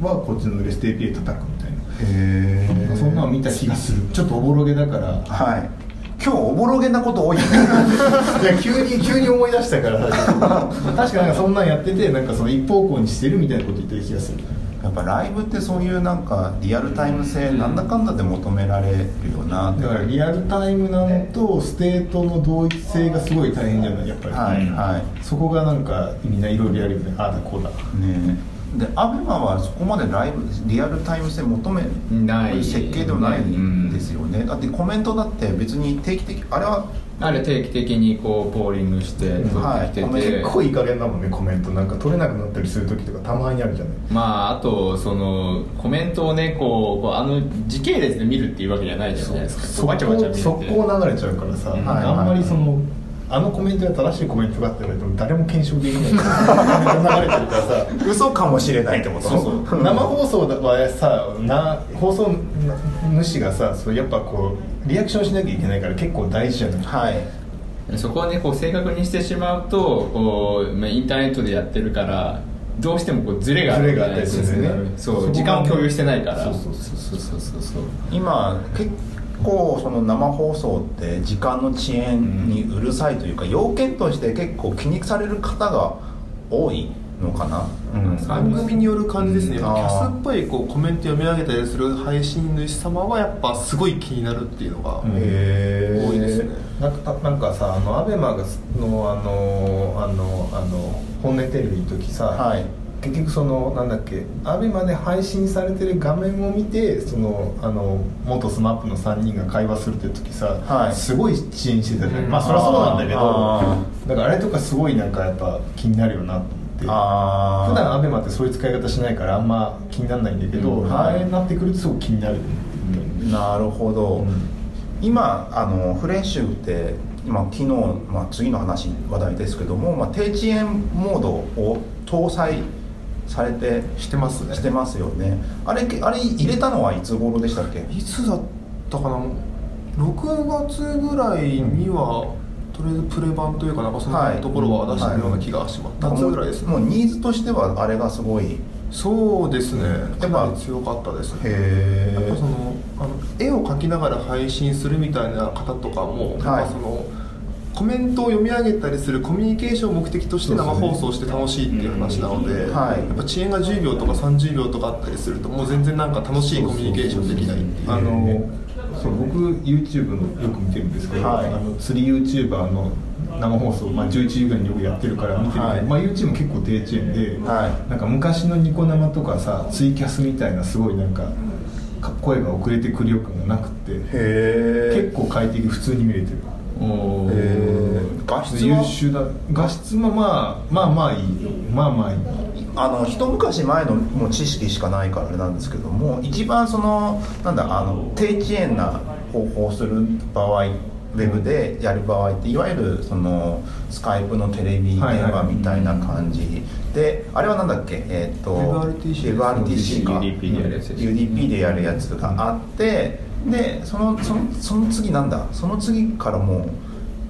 はこっちのレス API 叩くみたいなへなんかそんなの見た気がするちょっとおぼろげだからはい今日おぼろげな こと多いねいや急に急に思い出したから確かなんかそんなんやっててなんかその一方向にしてるみたいなこと言ってる気がする やっぱライブってそういうなんかリアルタイム性なんだかんだで求められるよなってだからリアルタイムなのとステートの同一性がすごい大変じゃないやっぱり、はいはそこがなんかみんないろいろやるよねああだこうだいねえでアベマはそこまでライブリアルタイム性求めない設計ではないんですよねだってコメントだって別に定期的あれはあれ定期的にこうボーリングして取ってきてて、はい結構いい加減だもんねコメントなんか取れなくなったりする時とかたまにあるじゃないまああとそのコメントをねこうこうあの時系列で見るっていうわけじゃないじゃないですか速わちゃわちゃ見攻て速攻流れちゃうからさ、うんなんかあんまりその、あのコメントが正しいコメントがあったら誰も検証できない流れてるからさ嘘かもしれないってことそうそう生放送はさな放送主がさそうやっぱこうリアクションしなきゃいけないから結構大事じゃないはいそこをねこう正確にしてしまうとこう、まあ、インターネットでやってるからどうしてもこうズレがズレがあったりするんだよねそうそこがね時間を共有してないからそうそうそうそうそうそう今結構その生放送って時間の遅延にうるさいというか、要件として結構気にされる方が多いのかな、番組による感じですね、うんやっぱキャスっぽいこうコメント読み上げたりする配信主様はやっぱすごい気になるっていうのが、んへ多いですねなんかたなんかさあのアベマがすのあのあのあの本音テレビの時さ、はい結局そのなんだっけアベマで配信されてる画面を見てそのあの元スマップの3人が会話するって時さ、はいすごい遅延してたじゃん、うんまあそりゃそうなんだけあどだからあれとかすごいなんかやっぱ気になるよなと思ってあー普段アベマってそういう使い方しないからあんま気にならないんだけど、うんあれになってくるとすごく気になるよねなるほど、うん今あのフレッシュって今昨日、まあ、次の話話題ですけども、まあ、低遅延モードを搭載されてしてますねしてますよねあれあれ入れたのはいつ頃でしたっけいつだったかな6月ぐらいには、とりあえずプレ版というかなんかそはのいところは出してるような気がします、たぐらいですねもうニーズとしてはあれがすごいへそうですねやかっぱなり強かったですねやっぱえそのあの絵を描きながら配信するみたいな方とかも、いやっぱそのコメントを読み上げたりするコミュニケーションを目的として生放送して楽しいっていう話なのでうんはいやっぱ遅延が10秒とか30秒とかあったりするともう全然なんか楽しいコミュニケーションできないっていうあのそう僕 YouTube のよく見てるんですけど、はいあの釣り YouTuber の生放送、まあ、11時ぐらいによくやってるから見てるけど、はいまあ、YouTube も結構低遅延で、はなんか昔のニコ生とかさツイキャスみたいなすごいなんかか声が遅れてくるよ感がなくてへ結構快適普通に見れてるおーえ画質は優秀だ画質もまあまあまあいいよまあまあいいあの一昔前のもう知識しかないからあれなんですけども一番そのなんだあの低遅延な方法をする場合ウェブでやる場合っていわゆるそのスカイプのテレビ電話みたいな感じであれはなんだっけえっと WebRTC WebRTC か UDP でやるやつです UDP でやるやつがあってでそのそのその次なんだその次からも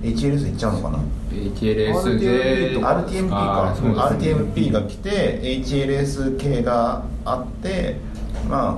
う HLS いっちゃうのかな ATLS で RTMP かあーそうですね RTMP が来て HLS 系があってまあ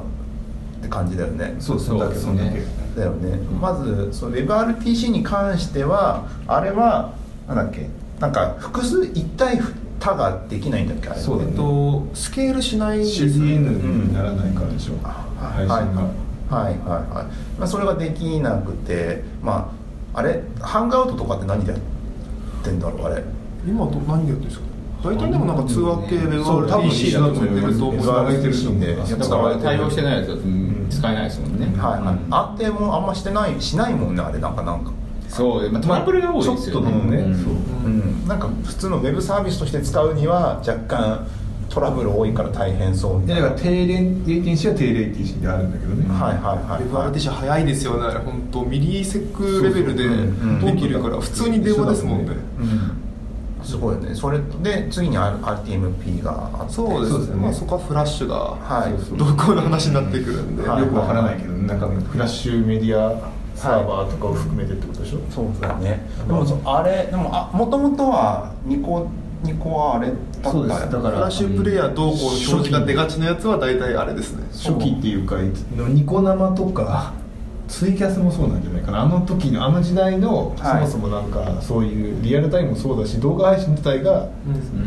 って感じだよねそうそうだけですそねんだけだよねまずその WebRTC に関してはあれはなんだっけなんか複数一体他ができないんだっけあれそうだえねっと、スケールしないんですよ CDN にならないからでしょ、は配い信はが、いはいはいはい、まあ、それができなくてまああれハンガーアウトとかって何でやってんだろうあれ今ど何やってるんですか大体でもなんか通話系でそう多分一緒だと思いますと思う繋げてると思うやっぱだから対応してないやつはうん使えないですもんね、はいはい、うん安定もあんましてないしないもんねあれなんかなんかそう、まあ、トラブルが多いですよねちょっとでもねうんそううんなんか普通のウェブサービスとして使うには若干トラブル多いから大変そうみいたやいなだはかいら低レンレイテンシーは低レイテンシーであるんだけどね、はいはいはい WebRTC 早いですよねあれ本当ミリセックレベルでそうそううんできるから普通に電話ですもん一緒だもねんねうんすごいよねそれで次に R- RTMP があってそうですね、まあ、そこはフラッシュが、はいそうそう同行の話になってくるんで、はいよくわからないけど、なんかフラッシュメディアサーバーとかを含めてってことでしょ、そうだねでもそあれでもあもともとはニコニコはあれだったそうですだかフラッシュプレイヤー同行の表示が出がちなやつは大体あれですね初期っていうかのニコ生とかツイキャスもそうなんじゃないかなあの時のあの時代の、はいそもそもなんかそういうリアルタイムもそうだし動画配信自体が、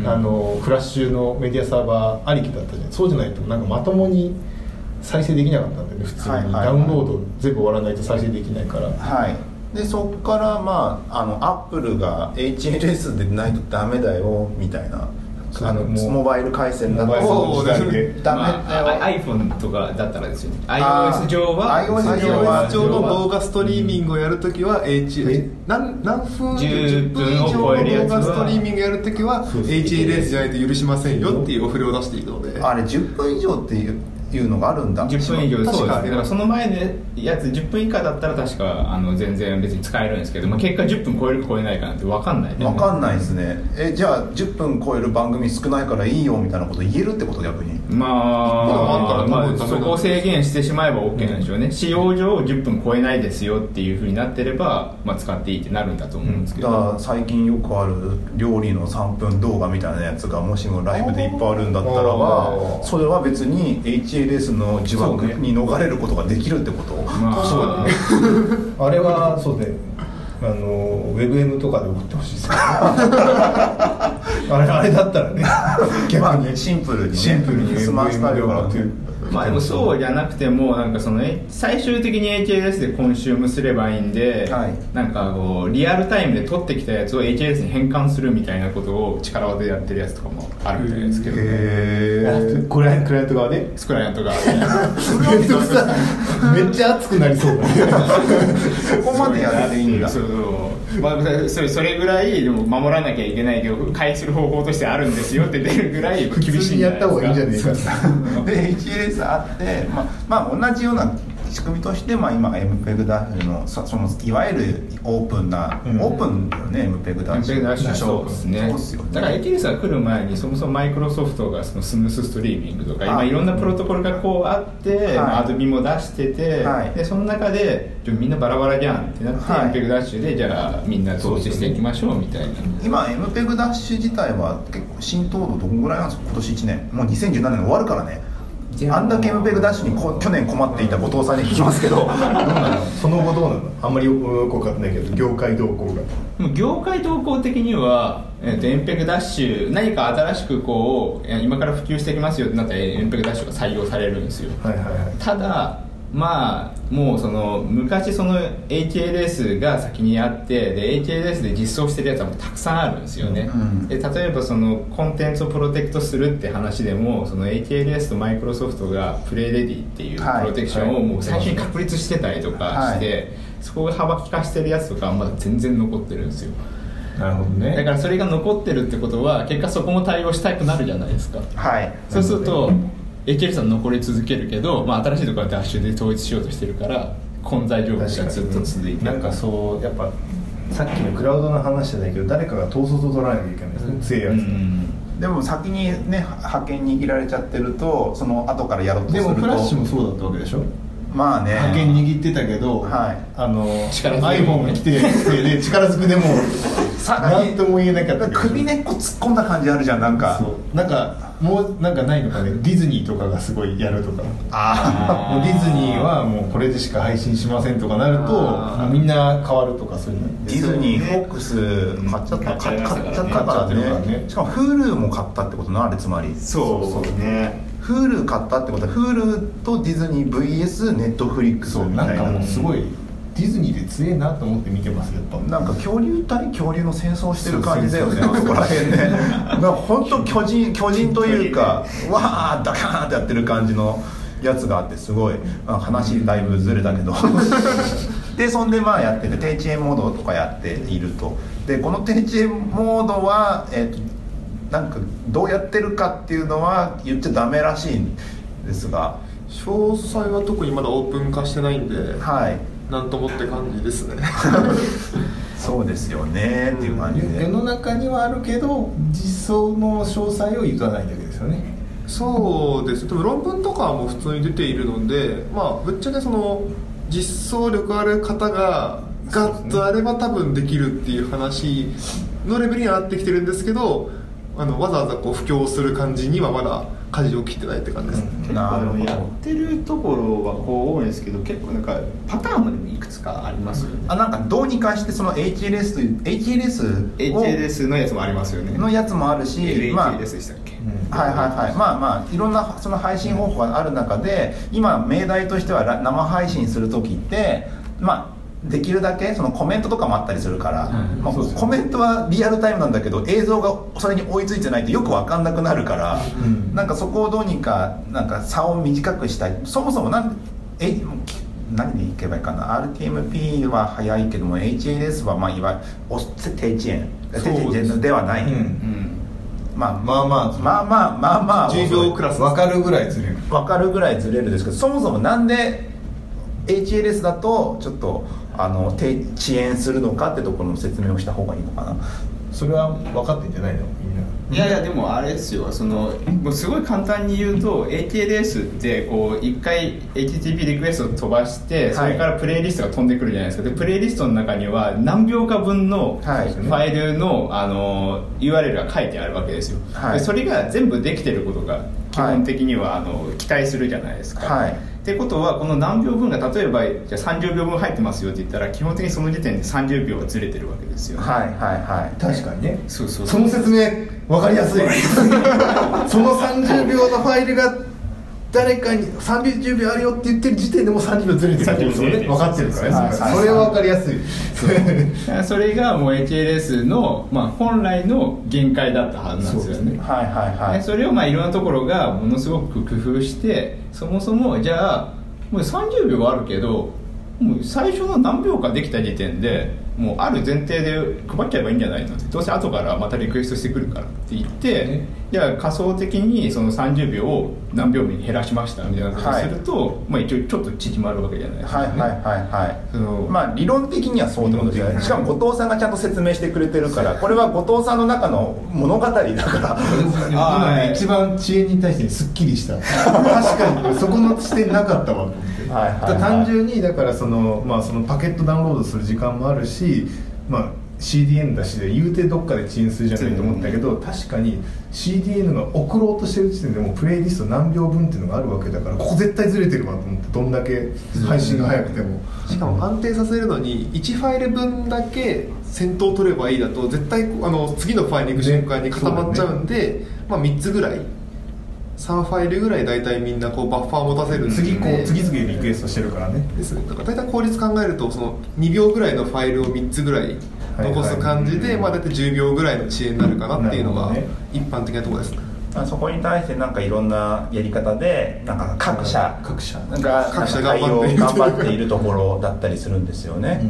うんあのフラッシュのメディアサーバーありきだったじゃないそうじゃないとなんかまともに再生できなかったんだよね普通に、はいはいはいダウンロード全部終わらないと再生できないから、はい、でそこから、まあ、あのアップルが HLS でないとダメだよみたいなそうあのもうモバイル回線だモバイルとの時代でダまメだよ、あ、あ iPhone とかだったらですよねあー iOS 上は iOS 上は iOS 上の動画ストリーミングをやるときは H 何何分10分以上のを超えるや動つは画ストリーミングやるときはそうそう HLS じゃないと許しませんよっていうお触れを出していくのであれ10分以上っていういうのがあるんだ10分以上確かそうですあねれだからその前のやつ10分以下だったら確かあの全然別に使えるんですけど、まあ、結果10分超えるか超えないかなんて分かんない分かんんないですねえじゃあ10分超える番組少ないからいいよみたいなこと言えるってこと逆にままあああ、んたまら多分あ、そこを制限してしまえば OK なんでしょうね、使用上10分超えないですよっていうふうになってれば、まあ、使っていいってなるんだと思うんですけだど、から最近よくある料理の3分動画みたいなやつがもしもライブでいっぱいあるんだったらばそれは別に HLS の呪そうね縛に逃れることができるってこと、まあそうだねあれはそうで、あの WebM とかで送ってほし いですねあれあれだったらねまあねシンプルにねシンプルにスマートタイルからっていうまあでもそうじゃなくてもなんかそのえ最終的に HLS でコンシュームすればいいんで、はいなんかこうリアルタイムで取ってきたやつを HLS に変換するみたいなことを力技でやってるやつとかもあるみたいですけど、これクライアント側でスクライアントがめんどくさいめっちゃ熱くなりそうだねそこまでやっていいんだそうそう、まあ、それそれぐらいでも守らなきゃいけないけど回避する方法としてあるんですよって出るぐらい厳普し通いんにじゃやなっいた方がですかいいんじゃねえかで HLS あってまあ、まあ、同じような仕組みとして、まあ、今 MPEG ダッシュのそそのいわゆるオープンな、うんオープンだよね MPEG ダッシュそうですねそうっすよねだからエティルスが来る前にそもそもマイクロソフトがそのスムースストリーミングとかあ今いろんなプロトコルがこうあって、いまあアドビも出してて、はいでその中でちょみんなバラバラじゃんってなって、はい MPEG ダッシュでじゃあみんな投資していきましょうみたいな今 MPEG ダッシュ自体は結構浸透度どこぐらいなんですか今年1年もう2017年終わるからねあんだけ MPEG ダッシュにこ去年困っていた後藤さんに聞きま すけどその後どうなのあんまりよくよくわかんないけど業界動向がもう業界動向的には、えー、とエンペクダッシュ何か新しくこうえー今から普及していきますよってなったらエンペクダッシュが採用されるんですよはいはいはいただまあもうその昔その HLS が先にあってで HLS で実装してるやつはもうたくさんあるんですよね、うんで例えばそのコンテンツをプロテクトするって話でもその HLS とマイクロソフトがプレイレディっていうプはいロテクションをもう最初に確立してたりとかして、はそこが幅利かしてるやつとかはまだ全然残ってるんですよなるほどだねからそれが残ってるってことは結果そこも対応したくなるじゃないですかはいそうすると HL さん残り続けるけど、まあ、新しいところはダッシュで統一しようとしてるから混在状況がずっと続いてなんかそうやっぱさっきのクラウドの話じゃないけど誰かが統率を取らなきゃいけないですね強いやつ、うんでも先にね派遣握られちゃってるとその後からやろうとすでるともフラッシュもそうだったわけでしょまあね派遣握ってたけど、はいあの力ずく iPhone が来てせいで力ずくでもさ何とも言えなかったけど首根っこ突っ込んだ感じあるじゃんなんかそうなんかもうなんかないのかねディズニーとかがすごいやるとかあもうディズニーはもうこれでしか配信しませんとかなるともうみんな変わるとかそういうのーディズニーフォックス買っちゃった買買っちゃいっました買っちかゃ買っちゃったかららねってるからねねしかも Hulu も買ったってことなあれつまりそうそうね Hulu 買ったってことは Hulu とディズニー VS ネットフリックスそうみたないんなかもうなすごいディズニーで強えなと思って見てますやっぱんか恐竜対恐竜の戦争してる感じだよねあそこら辺 ねなんか本当巨人巨人というかわーダカーンってやってる感じのやつがあってすごいまあ話だいぶずれたけ どでそんでまあやってて低遅延モードとかやっているとでこの低遅延モードは、えっとなんかどうやってるかっていうのは言っちゃダメらしいんですが詳細は特にまだオープン化してないんではいなんともって感じですねそうですよねっていう感じで世の中にはあるけど実装の詳細を言わないだけですよねそうですでも論文とかはもう普通に出ているのでまあぶっちゃけその実装力ある方がガッとあれば多分できるっていう話のレベルにはなってきてるんですけどあのわざわざこう布教する感じにはまだ舵を切ってないって感じですね、結なるほど構やってるところはこう多いんですけど結構なんかパターンもでもいくつかありますよねあなんかどうにかしてその HLS という HLS を HLS のやつもありますよねのやつもあるし、まあ、はい LHLS でしたっけ、はいはいまあまあいろんなその配信方法がある中で今命題としてはら生配信する時ってまあできるだけそのコメントとかもあったりするから、まあ、コメントはリアルタイムなんだけど映像がそれに追いついてないとよく分かんなくなるから、なんかそこをどうにかなんか差を短くしたいそもそもなんえき何でいけばいいかな RTMP は早いけども HLS はまあいわゆるお低遅延低遅延ではない、まあまあまあまあまあまあまあ10秒クラス分かるぐらいずれる分かるぐらいずれるですけどそもそもなんで HLS だとちょっとあの低遅延するのかってところの説明をした方がいいのかなそれは分かってんじゃないのみんなやいいやでもあれですよそのもうすごい簡単に言うと ATLS ってこう一回 HTTP リクエストを飛ばしてそれからプレイリストが飛んでくるじゃないですかでプレイリストの中には何秒か分のフはいァイルのあの URL が書いてあるわけですよ、はいでそれが全部できてることが基本的にはあの期待するじゃないですか、はいってことはこの何秒分が例えばじゃあ30秒分入ってますよって言ったら基本的にその時点で30秒はずれてるわけですよ、はいはいはい確かにねそうそうその説明分かりやすいその30秒のファイルが誰かに30秒あるよって言ってる時点でもう30秒ずれてるってことですよね分かってるからねはいそれは分かりやすいそれがもう HLS の、まあ、本来の限界だったはずなんですよねはいはいではいそれをまあいろんなところがものすごく工夫してそもそもじゃあもう30秒はあるけどもう最初の何秒かできた時点でもうある前提で配っちゃえばいいんじゃないのってどうせ後からまたリクエストしてくるからって言って、じゃあ仮想的にその30秒を何秒目に減らしましたみたいなことをすると、まあ、一応ちょっと縮まるわけじゃないですか、はいはいはいはいそのまあ理論的にはそうってことですよねしかも後藤さんがちゃんと説明してくれてるからこれは後藤さんの中の物語だから今ね一番知恵に対してすっきりした確かにそこの視点なかったわと思ってはいはいはい単純にだからその,、まあ、そのパケットダウンロードする時間もあるし、まあ、CDN だしで言うてどっかで遅延するじゃないと思ったけど確かに CDN が送ろうとしてる時点でもうプレイリスト何秒分っていうのがあるわけだからここ絶対ずれてるわと思ってどんだけ配信が早くても。しかも安定させるのに1ファイル分だけ先頭取ればいいだと絶対あの次のファイリング瞬間に固まっちゃうんで、まあ、3つぐらい3ファイルぐらい大体みんなこうバッファーを持たせるんで次こう次々リクエストしてるからねですねだから大体効率考えるとその2秒ぐらいのファイルを3つぐらい残す感じで、まあ、大体10秒ぐらいの遅延になるかなっていうのがなるほどね一般的なところですねまあそこに対してなんかいろんなやり方でなんか各社各社なんか各社なんか対応頑張っている頑張っているところだったりするんですよね、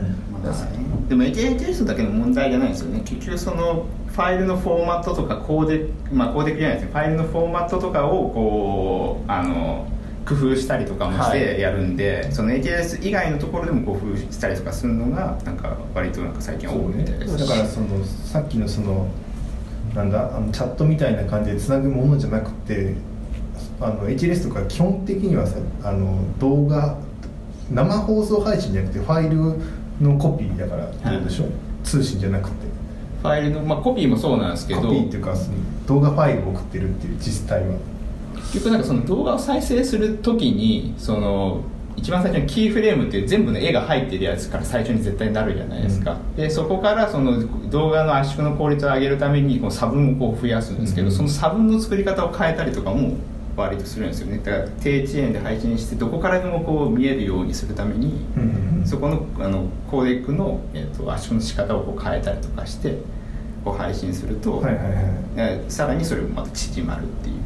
でも ATA テストだけの問題じゃないですよね結局そのファイルのフォーマットとかコーデまあコーデックじゃないですねファイルのフォーマットとかをこうあの工夫したりとかもしはてやるんで、その ATS 以外のところでも工夫したりとかするのがなんか割となんか最近多いみたいです、だからそのさっきのそのなんだあのチャットみたいな感じでつなぐものじゃなくてあの HLS とか基本的にはさあの動画生放送配信じゃなくてファイルのコピーだからってことでしょ、通信じゃなくてファイルの、まあ、コピーもそうなんですけコどピーっていうかその動画ファイルを送ってるっていう実態は結局なんかその動画を再生するときにその一番最初にキーフレームっていう全部の絵が入ってるやつから最初に絶対なるじゃないですか、でそこからその動画の圧縮の効率を上げるためにこう差分をこう増やすんですけど、その差分の作り方を変えたりとかも割とするんですよねだから低遅延で配信してどこからでもこう見えるようにするために、そこのあのコーデックの、えっと圧縮の仕方をこう変えたりとかしてこう配信すると、はいはいはいえさらにそれもまた縮まるっていう。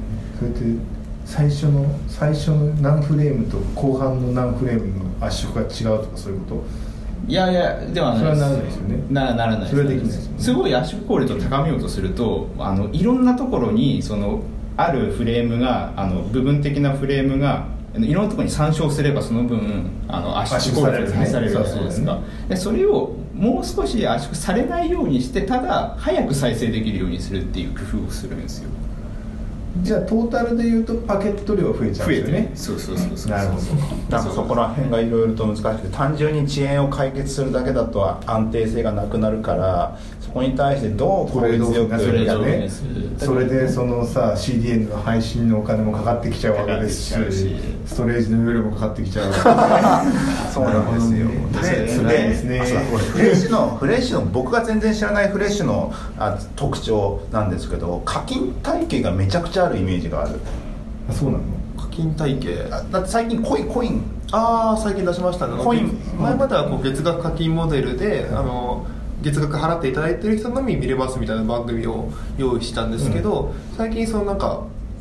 それで最初の最初の何フレームと後半の何フレームの圧縮が違うとかそういうこいやいやではとそれはならないですよねなならないそれはできないですよねすごい圧縮効率を高めようとするとあのいろんなところにそのあるフレームがあの部分的なフレームがあのいろんなところに参照すればその分あの圧縮効率圧が縮さされれるるじゃねないですそうそうかでそれをもう少し圧縮されないようにしてただ早く再生できるようにするっていう工夫をするんですよじゃあトータルで言うとパケット量増えちゃうん増でえすよてねねそうそうそうそうなるほどなんかそこら辺がいろいろと難しくて単純に遅延を解決するだけだと安定性がなくなるからそこに対してどう効率よくそれや上る手ねそれでそのさ CDN の配信のお金もかかってきちゃうわけですしかかってきちゃうしストレージの容量もかかってきちゃう わそうなんですよなるほどね辛いですねあそうだこれフレッシュのフレッシュの僕が全然知らないフレッシュのあ特徴なんですけど課金体系がめちゃくちゃあるイメージがあるけそうなの課金体系あだって最近コインコインああ最近出しましたねコイン前まではこう月額課金モデルであの月額払っていただいてる人のみ見れますみたいな番組を用意したんですけど、最近そのなんか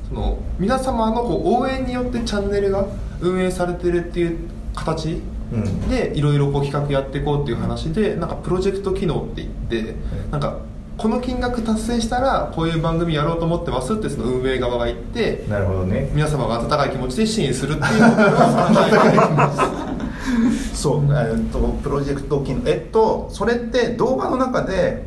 その皆様のこう応援によってチャンネルが運営されてるっていう形うんでいろいろこう企画やっていこうっていう話でなんかプロジェクト機能って言ってなんかこの金額達成したらこういう番組やろうと思ってますってその運営側が言ってなるほどね皆様が温かい気持ちで支援するっていうの がそう、えっとプロジェクト機能えっとそれって動画の中で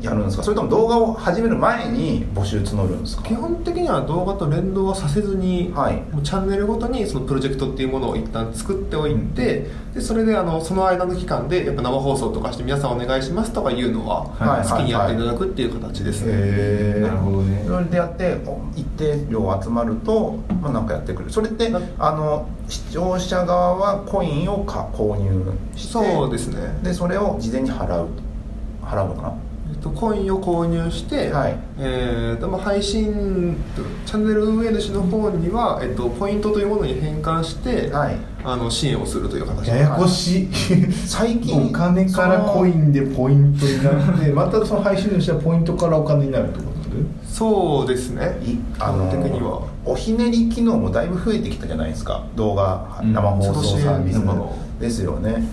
やるんですかそれとも動画を始める前に募集募るんですか基本的には動画と連動はさせずに、はいもうチャンネルごとにそのプロジェクトっていうものを一旦作っておいて、でそれであのその間の期間でやっぱ生放送とかして皆さんお願いしますとかいうのは、はい好きにやっていただくっていう形ですね、へえなるほどねそれでやってお一定量集まると、まあ、なんかやってくれるそれってあの視聴者側はコインをか購入してそうですねでそれを事前に払う払うのかなえっと、コインを購入して、はいえーとまあ、配信チャンネル運営主の方には、えっと、ポイントというものに変換して、はいあの支援をするという形ややこしい最近お金からコインンでポイントになってまたその配信の人はポイントからお金になるってことそうですねあ基本的にはのおひねり機能もだいぶ増えてきたじゃないですか動画うん生放送サービスそうですねですよね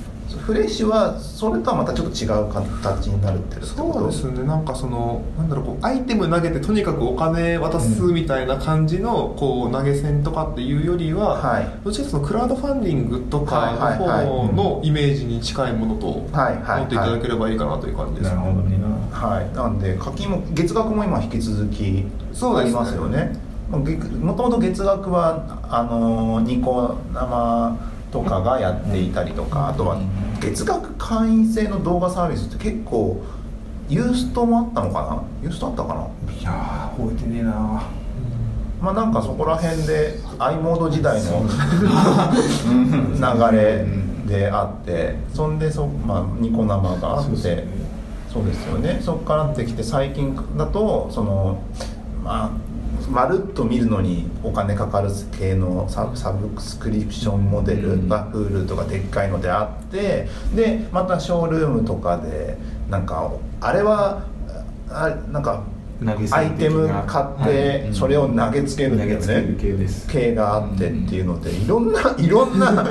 フレッシュはそれとはまたちょっと違う形になるってるってことそうですねなんかそのなんだろうこうアイテム投げてとにかくお金渡すみたいな感じの、こう投げ銭とかっていうよりは、はいどっちらかというとクラウドファンディングとかのはいはい方はいのイメージに近いものと思はいはいはいっていただければいいかなという感じです、ほどねはい、なんで課金も月額も今引き続きそうあですねりますよねもうげもともと月額はあのーニコ生とかがやっていたりとかあとは月額会員制の動画サービスって結構ユーストもあったのかなユーストあったかないやー覚えてねえなまあなんかそこら辺で i モード時代の流れであってそんでそ、まあ、ニコ生があってそう,、ですよねそこからってきて最近だとそのまあまるっと見るのにお金かかる系のササブスクリプションモデルが Hulu とかでっかいのであってでまたショールームとかでなんかあれはあなんか投げ銭的なアイテム買って、はいそれを投げつけるんだ投よげねつける系です系があってっていうのでいろんないろん な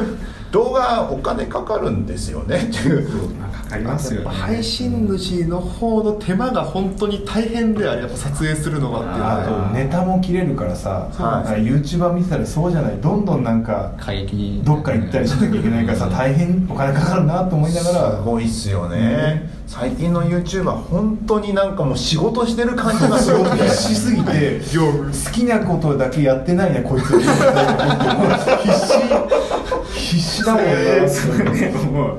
動画お金かかるんですよねっていうまあかかりますよやっねぱ配信主の方の手間が本当に大変であれやっぱ撮影するのがっていうのあはとネタも切れるからさ、はい YouTuber 見てたらそうじゃないどんどんなんか過激にどっか行ったりしなきゃいけないからさ大変お金かかるなと思いながすらごいっすよね最近の YouTuber 本当になんかもう仕事してる感じがすご くて必死すぎて好きなことだけやってないなこいつ 必死必死だもんなもう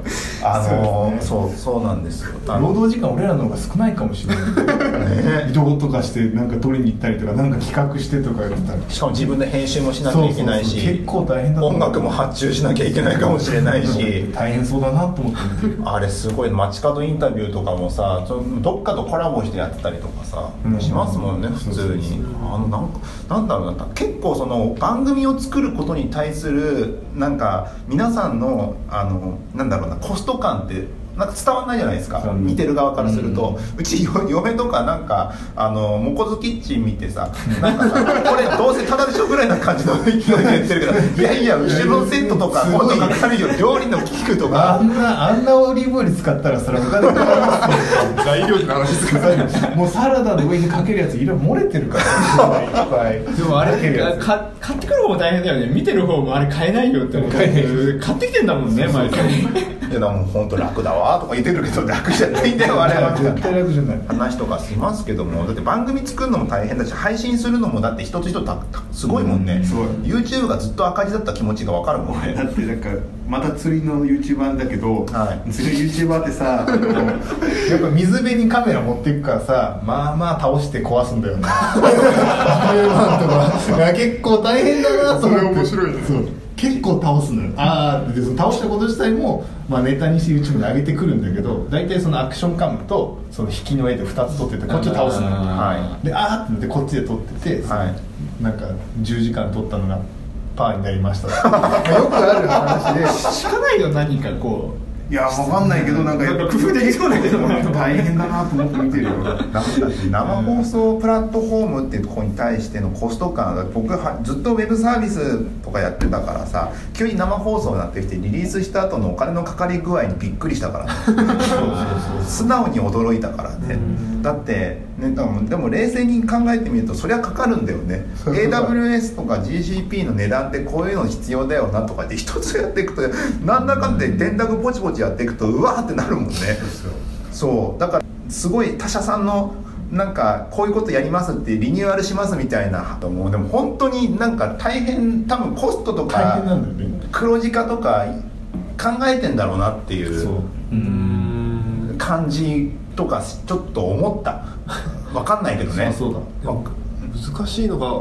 あのーそそうそうなんですよあ労の働時間俺らの方が少ないかもしれない移動とかしてなんか取りに行ったりとかなんか企画してとかやってたらしかも自分で編集もしなきゃいけないしそうそうそう結構大変だと思う音楽も発注しなきゃいけないかもしれないし大変そうだなと思って見てる あれすごい街角インタビューとかもさちょどっかとコラボしてやってたりとかさ、うんしますもんね普そうそ通うそにあのなんかなんだろうな結構その番組を作ることに対するなんか皆さんのあのなんだろうなコスト感ってなんか伝わんないじゃないですか、うん見てる側からすると、うちよ嫁とかなんかあのモコズキッチン見てさなんかさこれどうせただでしょぐらいな感じの勢いで言ってるけどいやいや後ろのセットとかすコごスいトかかるよ料理の器具とかあんなあんなオリーブオイル使ったらそれ他で材料費の話ですかもうサラダの上にかけるやつ色漏れてるからいっぱいでもあかけるれやつか買ってくる方も大変だよね見てる方もあれ買えないよって思って買ってきてんだもんね毎回いやでも本当楽だわとか言ってくるけど楽じゃないんだよ 我々絶は対楽じゃない話とかしますけどもだって番組作るのも大変だし配信するのもだって一つ一つたたすごいもんね、YouTube がずっと赤字だった気持ちが分かるもんだねってなんかまた釣りの YouTuber だけど、はい釣り YouTuber ってさあの やっぱ水辺にカメラ持っていくからさまあまあ倒して壊すんだよねあれはなんとかいや結構大変だなと思って面白いねそう結構倒すのよああでその倒したこと自体も、まあ、ネタにして YouTube に上げてくるんだけど大体そのアクションカムとその引きの絵で2つ撮っててこっちを倒すのよはであーってなってこっちで撮ってて、はなんか10時間撮ったのがパーになりましたよくある話でしかないよ何かこいやわかんないけどなんかやっぱなんか工夫できそうだけど大変だなと思って見てるよ生放送プラットフォームっていうところに対してのコスト感が僕はずっとウェブサービスとかやってたからさ急に生放送になってきてリリースした後のお金のかかり具合にびっくりしたからね素直に驚いたからねだってねでもでも冷静に考えてみるとそりゃかかるんだよね AWS とか GCP の値段ってこういうの必要だよなとかって一つやっていくとなんだかんで電卓ぼちぼちやっていくとうわーってなるもんねそうだからすごい他社さんのなんかこういうことやりますってリニューアルしますみたいなもうでも本当になんか大変多分コストと大変なかんだよね黒字化とか考えてんだろうなっていう感じとかちょっと思 った分かんないけどねそうそうだまあ難しいのがや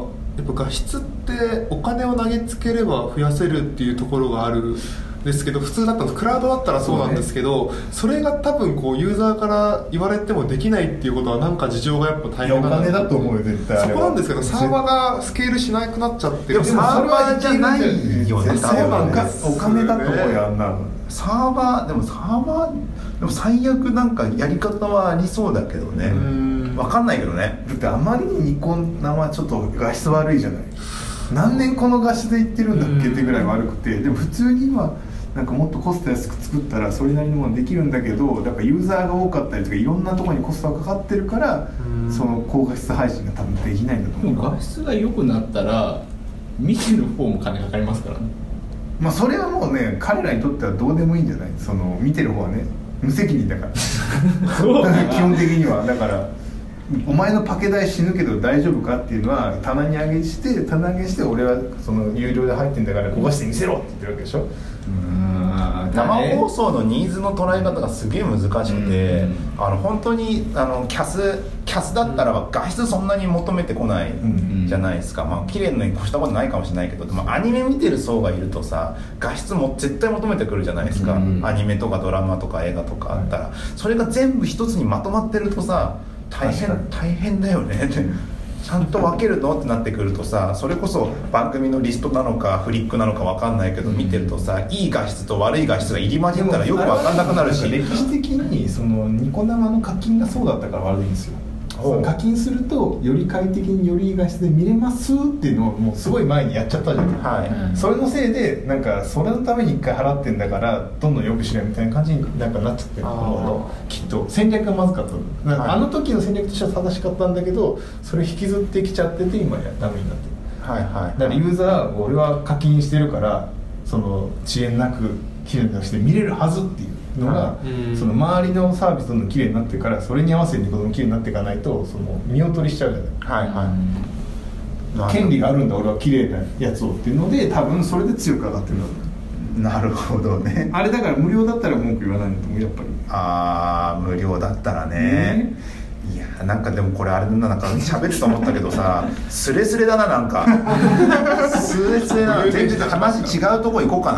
っぱ画質ってお金を投げつければ増やせるっていうところがあるんですけど普通だったらクラウドだったらそうなんですけどそ,、れが多分こうユーザーから言われてもできないっていうことはなんか事情がやっぱ大いやお変なん金でだと思うよ絶対あそれはこなんですけどサーバーがスケールしなくなっちゃってでもサーバーじゃないよね絶対多分ねお金だと思うよあんなのサーバーでもサーバーでも最悪なんかやり方はありそうだけどねん分かんないけどねだってあまりにニコ生はちょっと画質悪いじゃない何年この画質でいってるんだっけってぐらい悪くてでも普通に今なんかもっとコスト安く作ったらそれなりのものできるんだけどだからユーザーが多かったりとかいろんなところにコストがかかってるからその高画質配信が多分できないんだとで思うも画質が良くなったら見てる方も金かかりますからねまあそれはもうね彼らにとってはどうでもいいんじゃないその見てる方はね無責任だから 基本的にはだからお前のパケ代死ぬけど大丈夫かっていうのは棚に上げして棚上げして俺はその有料で入ってんだから焦がして見せろって言ってるわけでしょうん生放送のニーズの捉え方がすげえ難しくて、うんあの本当にあのキャスキャスだったらば画質そんなに求めてこないんじゃないですか、まあ綺麗なのに越したことないかもしれないけどでもアニメ見てる層がいるとさ画質も絶対求めてくるじゃないですか、うんアニメとかドラマとか映画とかあったら、それが全部一つにまとまってるとさ大変大変だよね って。ちゃんと分けるのってなってくるとさそれこそ番組のリストなのかフリックなのか分かんないけど見てるとさいい画質と悪い画質が入り混じったらよく分かんなくなるし歴史的にそのニコ生の課金がそうだったから悪いんですよほうその課金するとより快適によりいい画質で見れますっていうのをもうすごい前にやっちゃったじゃないはそれのせいでなんかそれのために1回払ってんだからどんどんよくしないみたいな感じになんかなっちゃってるあーもうきっと戦略がまずかったなんはいかあの時の戦略としては正しかったんだけどそれ引きずってきちゃってて今やダメになってるいはいはいだからユーザーは俺は課金してるからその遅延なく綺麗にして見れるはずっていうのが、いうんその周りのサービスどんどん綺麗になってからそれに合わせてどんどん綺麗になっていかないとその見劣りしちゃうじゃないはいはい権利があるんだ俺は綺麗なやつをっていうので多分それで強く上がってるんだと思うなるほどねあれだから無料だったら文句言わないんだと思うやっぱりああ無料だったらね、いやーなんかでもこれあれだななんか喋ってと思ったけど さスレスレだななんかスレスレだな全然話違うとこ行こうか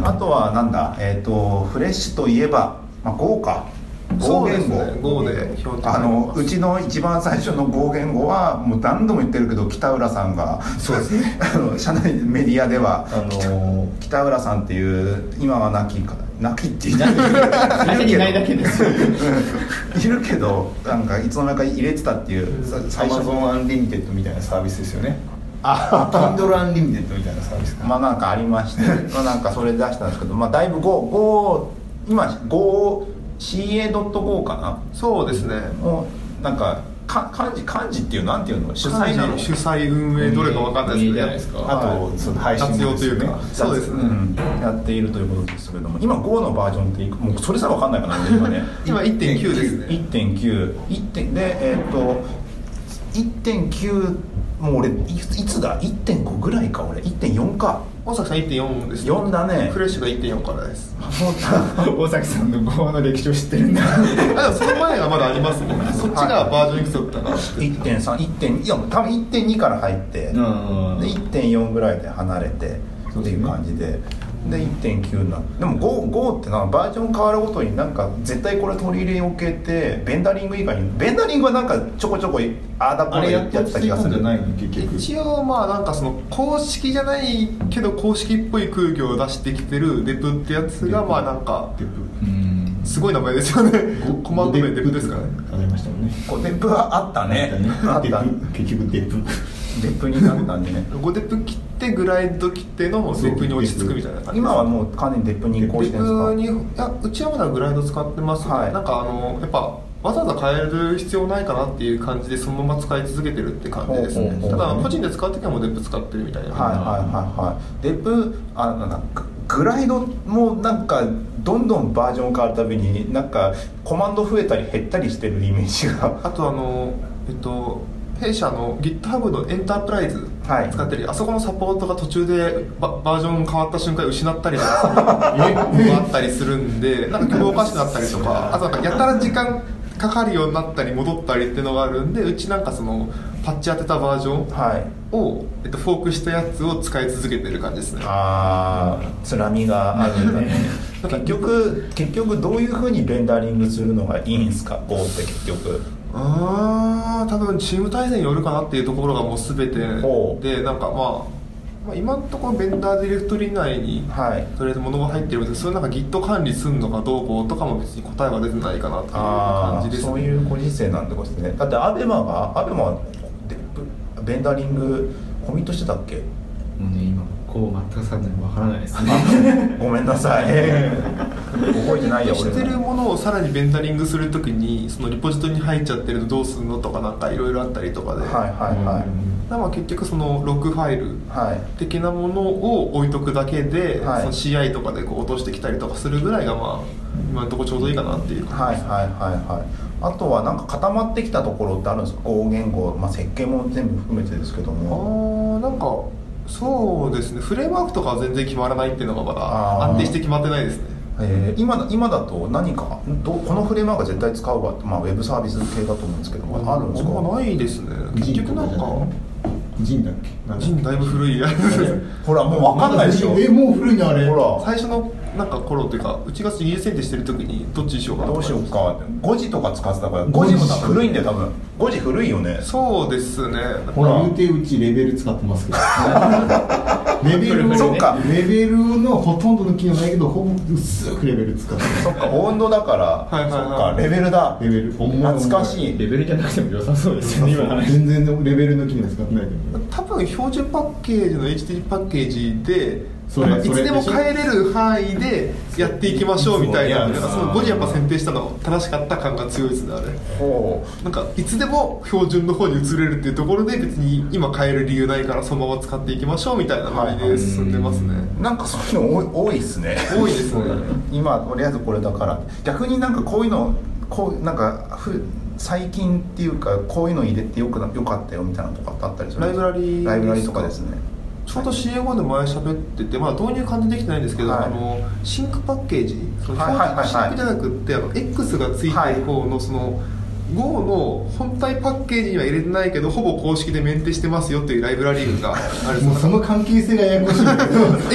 な あとはなんだえっ、とフレッシュといえば、まあ、5か5そうです言ね語、 Go で表示あのうちの一番最初の5言語はもう何度も言ってるけど北浦さんがそうですね あの社内メディアでは、あのー北浦さんっていう今は亡きか亡きっていない最初にいないだけですよ いるけどなんかいつの間にか入れてたっていうさ最初の Amazon アンリミテッドみたいなサービスですよねあ Kindle アンリミテッドみたいなサービスかまあなんかありましてまあなんかそれ出したんですけどまあだいぶ5 5今 5ca.go かなそうですねもうなんかか漢字漢字っていうなんていうの主催なの主催運営どれか分かんないですけどいいじゃないですかあとその配信活用というかそうですねんやっているということですけども今5のバージョンっていくもうそれさえ分かんないかな俺今ね今1.9ですね1.9 1点でえーっと1.9もう俺いいつだ1.5ぐらいか俺1.4か大崎さん1.4ですね4だね フレッシュが1.4からです大崎さんの5の歴史を知ってるんだあでもその前がまだありますもんねそっちがバージョンいくつだったかな1.31.4多分1.2から入って、で1.4ぐらいで離れてっていう感じで。で1.9になってでも 5, 5ってなバージョン変わるごとになんか絶対これ取り入れよう系ってベンダリング以外にベンダリングはなんかちょこちょこああだこあれれややっっててややった気がすってた気がするるんじゃないの結局一応まあなんかその公式じゃないけど公式っぽい空気を出してきてるデプってやつがまあなんかすごい名前ですよねコマンド名デプですからねありましたもんねこうデップはあったねあったデプ結局デプデップになったね5デプ切ってグライド切ってのデプに落ち着くみたいな感じ今はもう完全にデップに移行してるんですか別にいやうちはまだグライド使ってます、ねはいなんかあのやっぱわざわざ変える必要ないかなっていう感じでそのまま使い続けてるって感じですほうほねうほたうだ個人で使う時はもうデップ使ってるみたいな、はいはいはいはいデブあなんだググライドもなんかどんどんバージョン変わるたびになんかコマンド増えたり減ったりしてるイメージが あとあのえっと弊社の GitHub のエンタープライズはい使ってる、あそこのサポートが途中でババージョン変わった瞬間失ったりとかえあったりするんでなんか今日おかしくなったりとかあとなんかやたら時間かかるようになったり戻ったりっていうのがあるんでうちなんかそのパッチ当てたバージョンはいを、えっと、フォークしたやつを使い続けてる感じですねあーつらみがあるんだね結局結局どういうふうにベンダリングするのがいいんすか Go って結局あー多分チーム対戦によるかなっていうところがもう全ほうてでなんかまあ、まあ、今のところベンダーディレクトリ内にはいとりあえず物が入ってるんですけどそれなんか Git 管理するのかどうこうとかも別に答えは出てないかなっていうあ感じあですそうねいうご時世なんてことですねだ ってアベマがアベマはデブベンダリングコミットしてたっけもうね今こう全くさんないわからないですねごめんなさい覚えてないよし俺てるものをさらにベンダリングするときにそのリポジトリに入っちゃってるとどうするのとかなんかいろいろあったりとかで、はいはいはい、だから結局そのロックファイルはい的なものを置いとくだけで、はいその CI とかでこう落としてきたりとかするぐらいがまあ今のところちょうどいいかなっていうはいはいはいはいあとはなんか固まってきたところってあるんですか大言語、まあ、設計も全部含めてですけどあもーなんかそうですねフレームワークとかは全然決まらないっていうのがまだあー安定して決まってないですねえー今だ今だと何かどこのフレームワークは絶対使うわって、まあ、ウェブサービス系だと思うんですけどもあるんですかあんまないですね結局なんかジンだっけジンだいぶ古いやつですねほらもう分かんないでしょえもう古いなあれほら 最初のなんか頃というかうちが技術選定してる時にどっちにしようかなどうしようかって5時とか使ってたから5 5時時も多分古いんだよ多分5時古いよねそうですねほら言うてうちレベル使ってますけどレベルのそっかレベルのほとんどの機能ないけどほぼ薄くレベル使ってそっか温度だから、いはいはいそっかレベルだレベル懐かしいいレベルじゃなくても良さそうですよね今の話全然レベルの機能使ってないけど多分標準パッケージの HTTP パッケージでそれなんかいそつれでも変えれる範囲でやっていきましょうみたいななんいやかその5時やっぱ選定したのが正しかった感が強いですねあれほなんかいつでも標準の方に移れるっていうところで別に今変える理由ないからそのまま使っていきましょうみたいなノリで進んでますねうなんかそういうの多い多いっすね多いですね今とりあえずこれだから逆になんかこういうのこうなんかふ最近っていうかこういうの入れてよくなよかったよみたいなのとかってあったりするんですかライブラリーライブラリとかですねちょうど CA5 で前喋ってて、まあ、導入完全できてないんですけど、はいあのシンクパッケージそのはいはいはいはい標準シンクじゃなくってあの X がついてる方のその Go の本体パッケージには入れてないけどほぼ公式でメンテしてますよっていうライブラリーがあ るもうその関係性がややこしいんだけ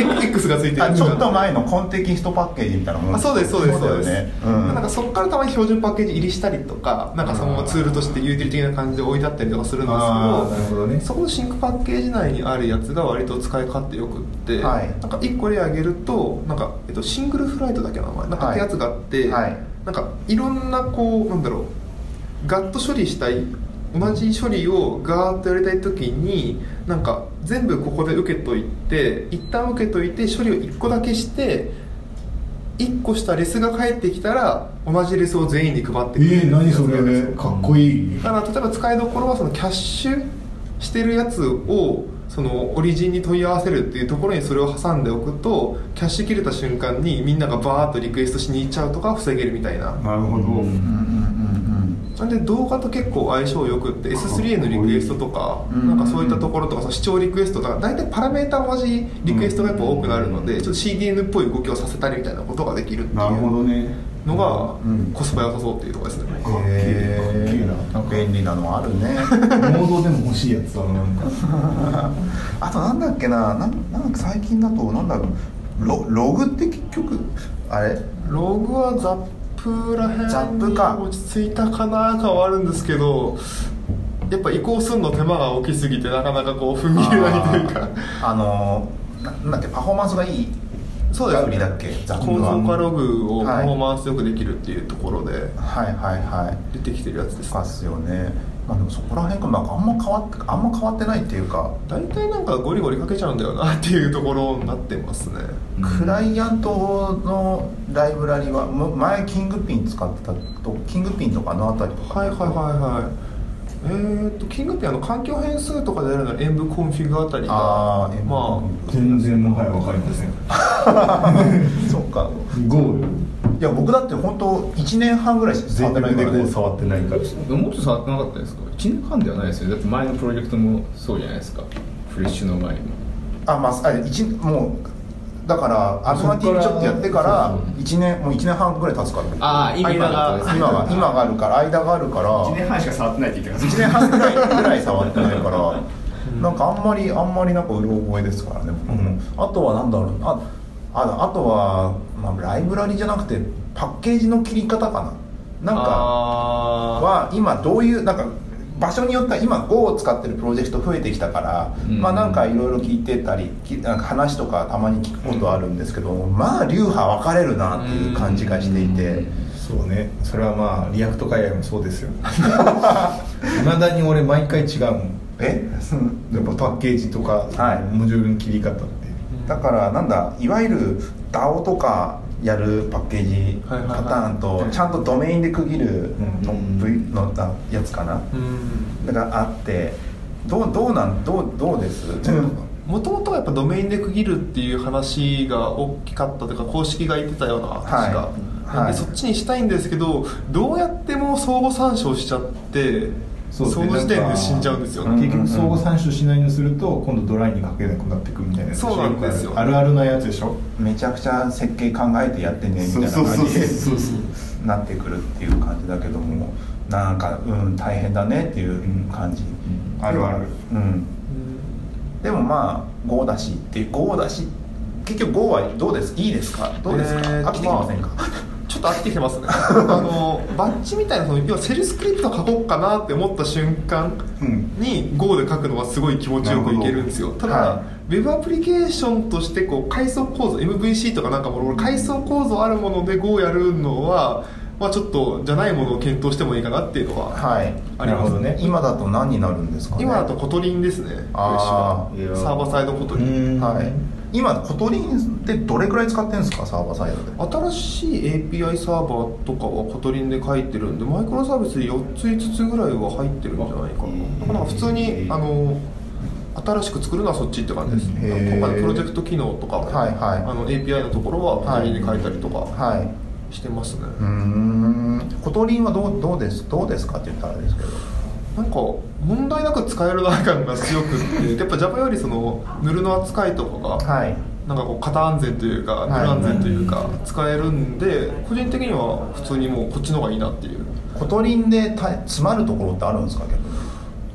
ど X がついてるあちょっと前のコンテキストパッケージみたいなものあそうですそうですそうだよです、ねうんなんかそこからたまに標準パッケージ入りしたりとかなんかそのままツールとしてユーティリティ的な感じで置いてあったりとかするんですけああどなるほどねそこのシンクパッケージ内にあるやつが割と使い勝手よくって、はいなんか1個例挙げるとなんか、えっと、シングルフライトだっけな名前なんかはいってやつがあって、はいなんかいろんなこうなんだろうガッと処理したい同じ処理をガーッとやりたい時になんか全部ここで受けといて一旦受けといて処理を1個だけして1個したレスが返ってきたら同じレスを全員に配っえてくれるー、何それかっこいいだから例えば使いどころはそのキャッシュしてるやつをそのオリジンに問い合わせるっていうところにそれを挟んでおくとキャッシュ切れた瞬間にみんながバーッとリクエストしに行っちゃうとか防げるみたいななるほど、なんで動画と結構相性よくって S3 へのリクエストとかなんかそういったところとかその視聴リクエストとか大体パラメータ同じリクエストがやっぱ多くなるのでちょっと CDN っぽい動きをさせたりみたいなことができるっていうなるほのどねがコスパ良さそうっていうところですねへかっけえなー便利なのあるねモードでも欲しいやつだななんかあとなんだっけななんなんか最近だとなんだろうロログって結局あれログはザップらザへんップにか落ち着いたかな感はあるんですけどやっぱ移行するの手間が大きすぎてなかなかこう踏み切れないというかあのーななんだっけパフォーマンスがいいそうですガウリだっけザップ構は造化ログをパはいフォーマンスよくできるっていうところではいはいはい出てきてるやつですそうっすよねまあでもそこら辺がなんかあんま変わってあんま変わってないっていうか大体なんかゴリゴリかけちゃうんだよなっていうところになってますねクライアントのライブラリはもう前キングピン使ってたとキングピンとかあの辺りとかはいはいはいはいえー、とキングピアの環境変数とかでやるのは演武コンフィグあたりがあーまあ全然もはや分かりませんそうか GO よいや僕だって本当1年半ぐらいしか触全ってない力かでら GO ね触ってないからもっと触ってなかったですか1年半ではないですよだって前のプロジェクトもそうじゃないですかフレッシュの前にもあまああ一もうだからアルファティーちょっとやってから1年もう1年半ぐらい経つからああ意味があ今が今 が今があるから間があるから1年半しか触ってないって言ってます1年半ぐらいぐらい触ってないからなんかあんまりあんまりなんかうろ覚えですからね僕も、あとはなんだろうあああとは、まあ、ライブラリじゃなくてパッケージの切り方かななんかあーは今どういうなんか場所によっては今 Go を使ってるプロジェクト増えてきたから、うんまあなんかいろいろ聞いてたりきなんか話とかたまに聞くことあるんですけど、まあ流派分かれるなっていう感じがしていて、そうね それはまあリアクト海外もそうですよいまだに俺毎回違うもんえ そのやっぱパッケージとか、はいモジュールの切り方ってだからなんだいわゆる DAO とかやるパッケージパはいはいはいターンとちゃんとドメインで区切るの,、のだやつかな、うんがあってどうどうなんどうどうです、もともとはやっぱドメインで区切るっていう話が大きかったというか公式が言ってたような確か、はいなんはいでそっちにしたいんですけどどうやっても相互参照しちゃってそうですねの時点で死んじゃうんですよね結局相互参照しないようにすると今度ドライにかけなくなってくみたいなそうなんですよあるあるなやつでしょめちゃくちゃ設計考えてやってねみたいなそうそ感うじそうでそうそうなってくるっていう感じだけどもなんかうん大変だねっていう感じ、あるあるうん、でもまあ5だしって5だし結局5はどうですいいですかどうですか、えー飽きてきませんか、ちょっと飽きてきてますねあのバッチみたいなその要はセルスクリプト書こうかなって思った瞬間に Go で書くのはすごい気持ちよくいけるんですよただ、は Web アプリケーションとしてこう階層構造 MVC とかなんかもろもろ階層構造あるもので Go やるのは、まあ、ちょっとじゃないものを検討してもいいかなっていうのははいありますね今だと何になるんですかね今だとコトリンですねあー一緒はサーバーサイドコトリンはい今コトリンってどれくらい使ってるんですかサーバーサイドで新しい API サーバーとかはコトリンで書いてるんでマイクロサービスで4つ5つぐらいは入ってるんじゃないかなだから普通にあの新しく作るのはそっちって感じですへーね今回のプロジェクト機能とかも、はいはいあの API のところはコトリンで書いたりとかはいしてますね、うーんコトリンはどうどうですどうですかって言ったらですけどなんか問題なく使える内感が強く ってやっぱ Java よりそのヌルの扱いとかがはいなんかこう型安全というかい不安全というか使えるんで個人的には普通にもうこっちの方がいいなっていうコトリンでた詰まるところってあるんですか逆に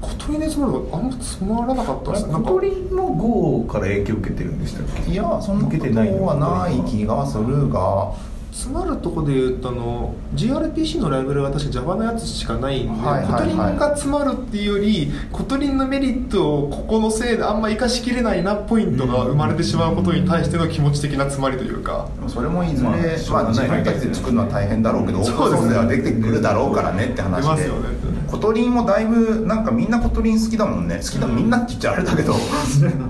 小鳥で詰まるのあんま詰まらなかったですねなんかも GO から影響受けてるんでしたっけいやそんなことはない気がするが詰まるとこで言うとあの GRPC のライブラリは確か Java のやつしかないんで、はいはいはいコトリンが詰まるっていうよりコトリンのメリットをここのせいであんま生かしきれないなポイントが生まれてしまうことに対しての気持ち的な詰まりというかそれもいずれ、まあまあ自分たちで作るのは大変だろうけどオープンソースではできてくるだろうからねって話出まですよねコトリンもだいぶなんかみんなコトリン好きだもんね好きだ、みんなって言っちゃあれだけど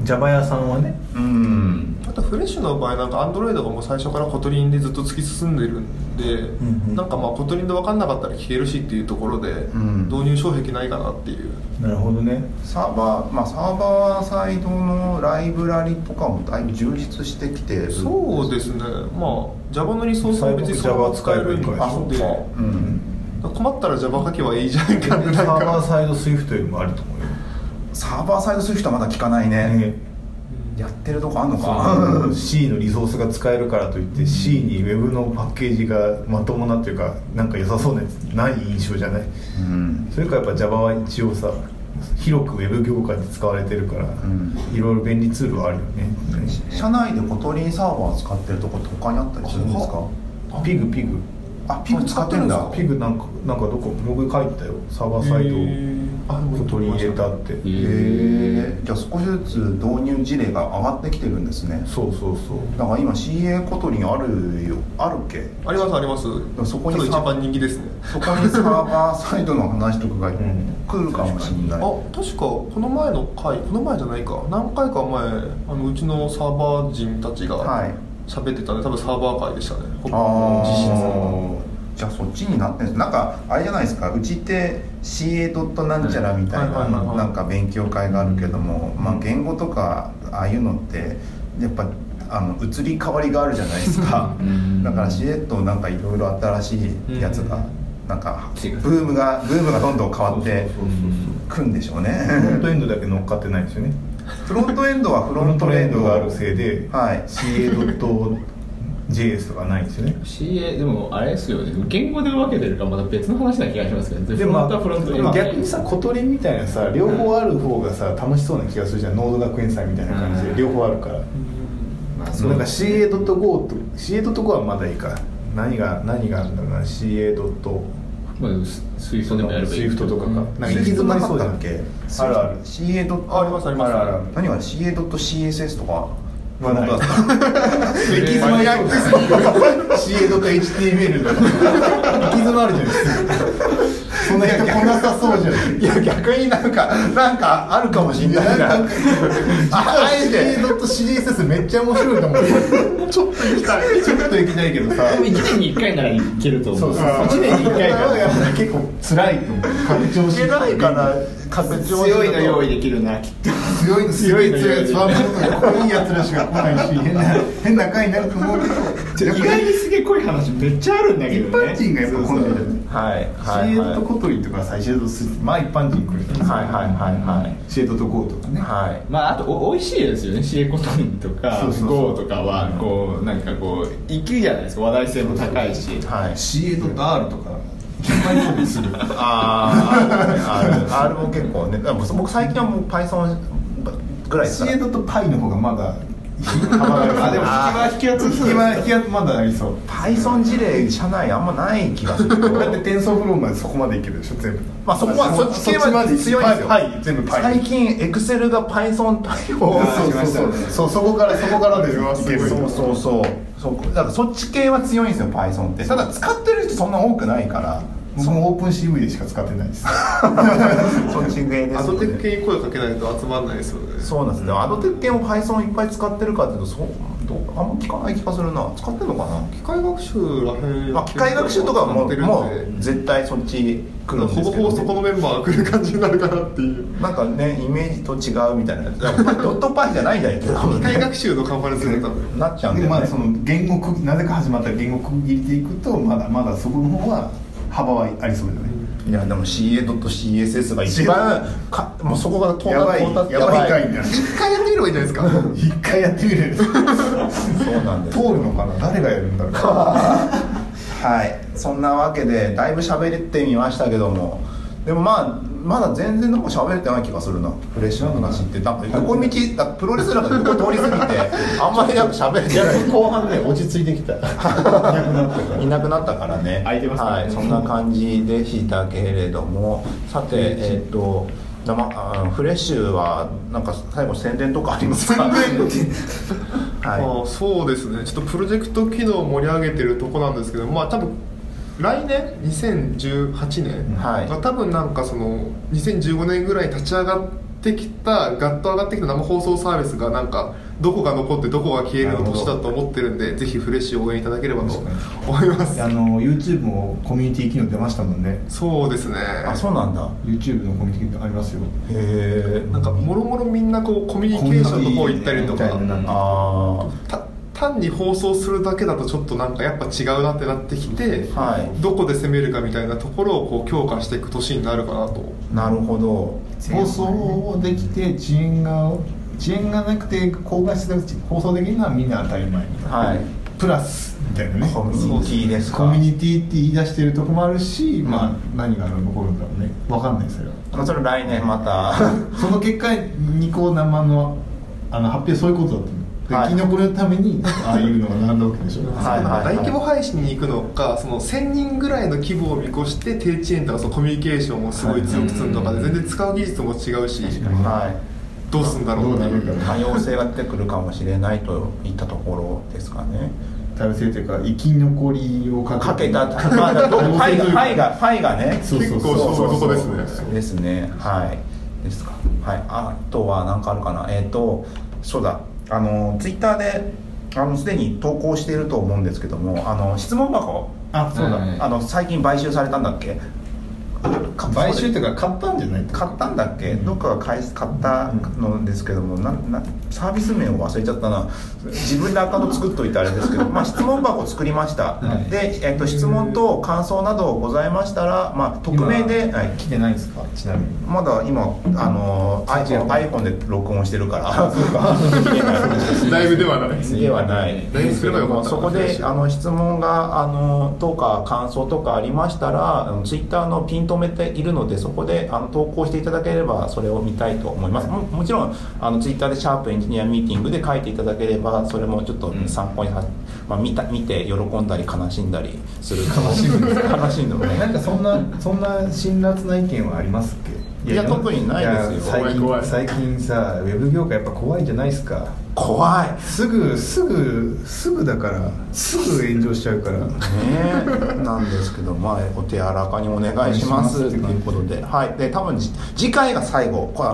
ジャバ屋さんはねうんあとフレッシュの場合なんかアンドロイドがもう最初からコトリンでずっと突き進んでるんで、なんかまあコトリンで分かんなかったら消えるしっていうところで、ん導入障壁ないかなっていうなるほどねサーバーまあサーバーサイドのライブラリとかもだいぶ充実してきてるそうですねまあ Java のリソースも別にそのまま使えるん最後 Java 使えばいでいからあそうかうん困ったら Java 書けばいいじゃんサかってーなんバーかサイドスイフトよりもあると思うよサーバーサイドする人はまだ聞かないね、やってるとこあんのかあ の C のリソースが使えるからといって C に Web のパッケージがまともなっていうかなんか良さそうなやつない印象じゃないうん、それからやっぱ Java は一応さ広く Web 業界で使われてるから、んいろいろ便利ツールはあるよね社内でコトリンサーバー使ってるとこって他にあったりするんですかピグピグあピグ使ってるんだピグなんかなんかどこブログ書いてたよサーバーサイドへーあを取り入れたってへえじゃあ少しずつ導入事例が上がってきてるんですねそうそうそうだから今 CA コトリンあるよあるっけありますありますもそこにちょっと一番人気ですねそこにサーバーサイドの話とかが来るかもしれない、あ確かこの前の回この前じゃないか何回か前あのうちのサーバー人たちはがい喋ってたね多分サーバー会でしたねほぼあ実質あじゃあそっちになってんですなんかあれじゃないですかうちって CA. なんちゃらみたいはないはいはいはいなんか勉強会があるけども、まあ、言語とかああいうのってやっぱあの移り変わりがあるじゃないですかだから CA となんかいろいろ新しいやつがなんかブームがブームがどんどん変わってくんでしょうねフロントエンドだけ乗っかってないんですよねフロントエンドはフフロロンントトエエンンドドががああるるせいで、はい CA.js とかないんですよね CA でもあれですよね言語で分けてるからまた別の話な気がしますけどでも、まあ、フロントはフロントでも逆にさ小鳥みたいなさ両方ある方がさ楽しそうな気がするじゃんノード学園祭みたいな感じで両方あるから、なんか CA.go と CA.go はまだいいか何が何があるんだろうな CA. まあ、ススイフトでもやればいいスイフトとかか、なんか行き詰まりそうじゃんあるある CA. ありますありますあるある何が CA.css とかまだ本当だ行き詰まり そうだ CA.html だ行き詰まるじゃんそんな人来なさそうじゃないいや逆になんかなんかあるかもしんないななんかああえて CDSS めっちゃ面白いと思うちょっと行きたいちょっと行きたいけどさ1年に1回ならいけると思う1年に1回はや っぱ結構辛いと思う拡張いけないかな拡張強いの用意できるなきっと強いの強い強いスワンボードが濃いやつらしか来ないし変な変な回になると思うけど意外にすげえ濃い話めっちゃあるんだけ一どね般人がやっぱ好みだよねはいはシいエはドいとコトリとかさシエドとスまあ一般人来るよねはいはいはいシエドとゴーとかねはいはいまああとお美味しいですよねシエコトンとかそうそうそうゴーとかはこうなんかこういくじゃないですか話題性も高いしはいシエドと R とか順番に勝負するあーある R も結構ねでも僕最近はもう Python ぐらいですシかエらドとパイの方がまだ幅があるあでも引きは引きは引きは引きはまだありそう Python 事例社内あんまない気がするけどだって転送フローまでそこまでいけるでしょ全部まあそこはそっち系そっちまはで強いんですよパイパイ全部パイ最近 Excel が Python 対応そうそうそうそうそこからそこからでいけるそうそうそうそうだからそっち系は強いんですよ Python ってただ使ってる人そんな多くないからそのオープン CV でしか使ってないですそっち系ですアよドテックね系に声かけないと集まらないですよねそうなんですねアドテック系も Python いっぱい使ってるかっていうとそうどうあんま聞かない気がするな使ってるのかな機械学習らへんまあ、機械学習とかはもやってうるんもでう絶対そっち来るんですほぼけほど、ぼそこのメンバーが来る感じになるかなっていうなんかねイメージと違うみたいなやつだからドットパイじゃないんだよ多分機ね械学習のカンファレンス で多分なっちゃうんだでよね、まあその言語区なぜか始まった言語区切りでいくとまだまだそこの方は幅はありそうだよねいやでも CA と CSS が一番かもうそこが到達やばい到達やばい回になる一回やってみればいいんじゃないですか 一回やってみるそうなんです通るのかな誰がやるんだ ろうはいそんなわけでだいぶ喋ってみましたけどもでもまあまだ全然なんか喋れてない気がするなフレッシュな話ってなんか横道だからプロレスラーが横通り過ぎてあんまりなんか喋れてない後半ね落ち着いて きたいなくなったからね。空いてますからねはい、そんな感じでしたけれども、さて、えっ、と。生あフレッシュはなんか最後宣伝とかありますかはまあそうですねちょっとプロジェクト機能を盛り上げてるとこなんですけどまあ多分来年2018年はいが多分なんかその2015年ぐらいに立ち上がってきたガッと上がってきた生放送サービスがなんかどこが残ってどこが消えるの年だと思ってるんでぜひフレッシュを応援いただければと思いますあの YouTube もコミュニティ機能出ましたもんねそうですね いあそうなんだ YouTube のコミュニティありますよへえなんかもろもろみんなこうコミュニケーションの方行ったりとかコミュニティみたいななんかあた単に放送するだけだとちょっとなんかやっぱ違うなってなってきて、はいどこで攻めるかみたいなところをこう強化していく年になるかなとあなるほど放送をできて遅延が遅延がなくて高画質で放送できるのはみんな当たり前みたいな、はいプラスみたいなねコミュニティですかコミュニティって言い出してるとこもあるし、まあ何が残るんだろうね分かんないそれはまあそれ来年ま たその結果ニコ生のあの発表そういうことだと思うではい生き残るためにああいうのが並んだわけでしょ はいはいはい大規模配信に行くのかその1000人ぐらいの規模を見越して低遅延とかそのコミュニケーションをすごい強くするとかで全然使う技術も違うしはいどうするんだろうってどうなるいか多う様性が出てくるかもしれないといったところですかね多様性というか生き残りをかけかけた、ま 多あ、だ から様パ性イがというパイかがパイがねそうそう結構勝負どこですねですねはいですかはいあとは何かあるかなえっ、とそうだあのツイッターであのすでに投稿していると思うんですけどもあの質問箱あそうだ、はいあの最近買収されたんだっけ買収っていうか買ったんじゃない買ったんだっけどっかが買い買ったのですけどもななサービス名を忘れちゃったな自分でアカウント作っといてあれですけ ど、まあ、質問箱を作りました、はいで、えっと質問と感想などございましたら、まあ、匿名で、はい来てないんですかちなみにまだ今あの iPhone, iPhone で録音してるから ライブではないではないライブすればよかったそこであの質問があのとか感想とかありましたらあのツイッターのピン止めているのでそこであの投稿していただければそれを見たいと思いますももちろんあのツイッターで「シャープエンジニアミーティング」で書いていただければそれもちょっと参考にさ、まあ、見た見て喜んだり悲しんだりする悲しむ悲しんでもねなんかそんなそんな辛辣な意見はありますっけいや特にないですよや最近最近さウェブ業界やっぱ怖いじゃないですか怖いねすぐすぐすぐだからすぐ炎上しちゃうからえなんですけどまあお手柔らかにお願いしますということではいで多分じ次回が最後これ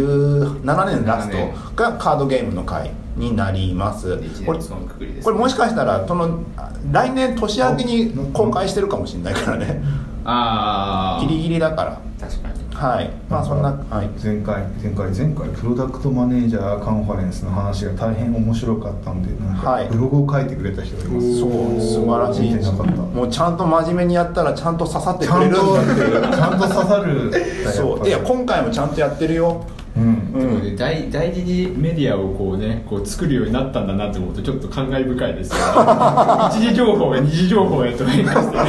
2017年ラストがカードゲームの回になりますこれそのくくりですこれもしかしたらそのあ来年年明けに公開してるかもしれないからねああ ギリギリだから確かにはいまあそんなはい前回前回前回プロダクトマネージャーカンファレンスの話が大変面白かったんでなんはかいブログを書いてくれた人がいます、そう素晴らしい見てなかったもうちゃんと真面目にやったらちゃんと刺さってちくゃれんるとんだっていうちゃんと刺さるんだよやっそぱういりや今回もちゃんとやってるようんうでもんね大大事にメディアをこうねこう作るようになったんだなって思うとちょっと感慨深いですよ 一次情報が二次情報へと変化してね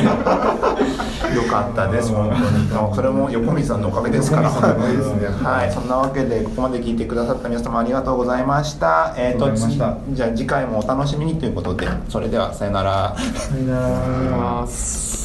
よかったです本当にそれも横見さんのおかげですからげですねはいそんなわけでここまで聞いてくださった皆様ありがとうございましたえっ、あとりがとうございま次じゃあ次回もお楽しみにということでそれではさよならさよならます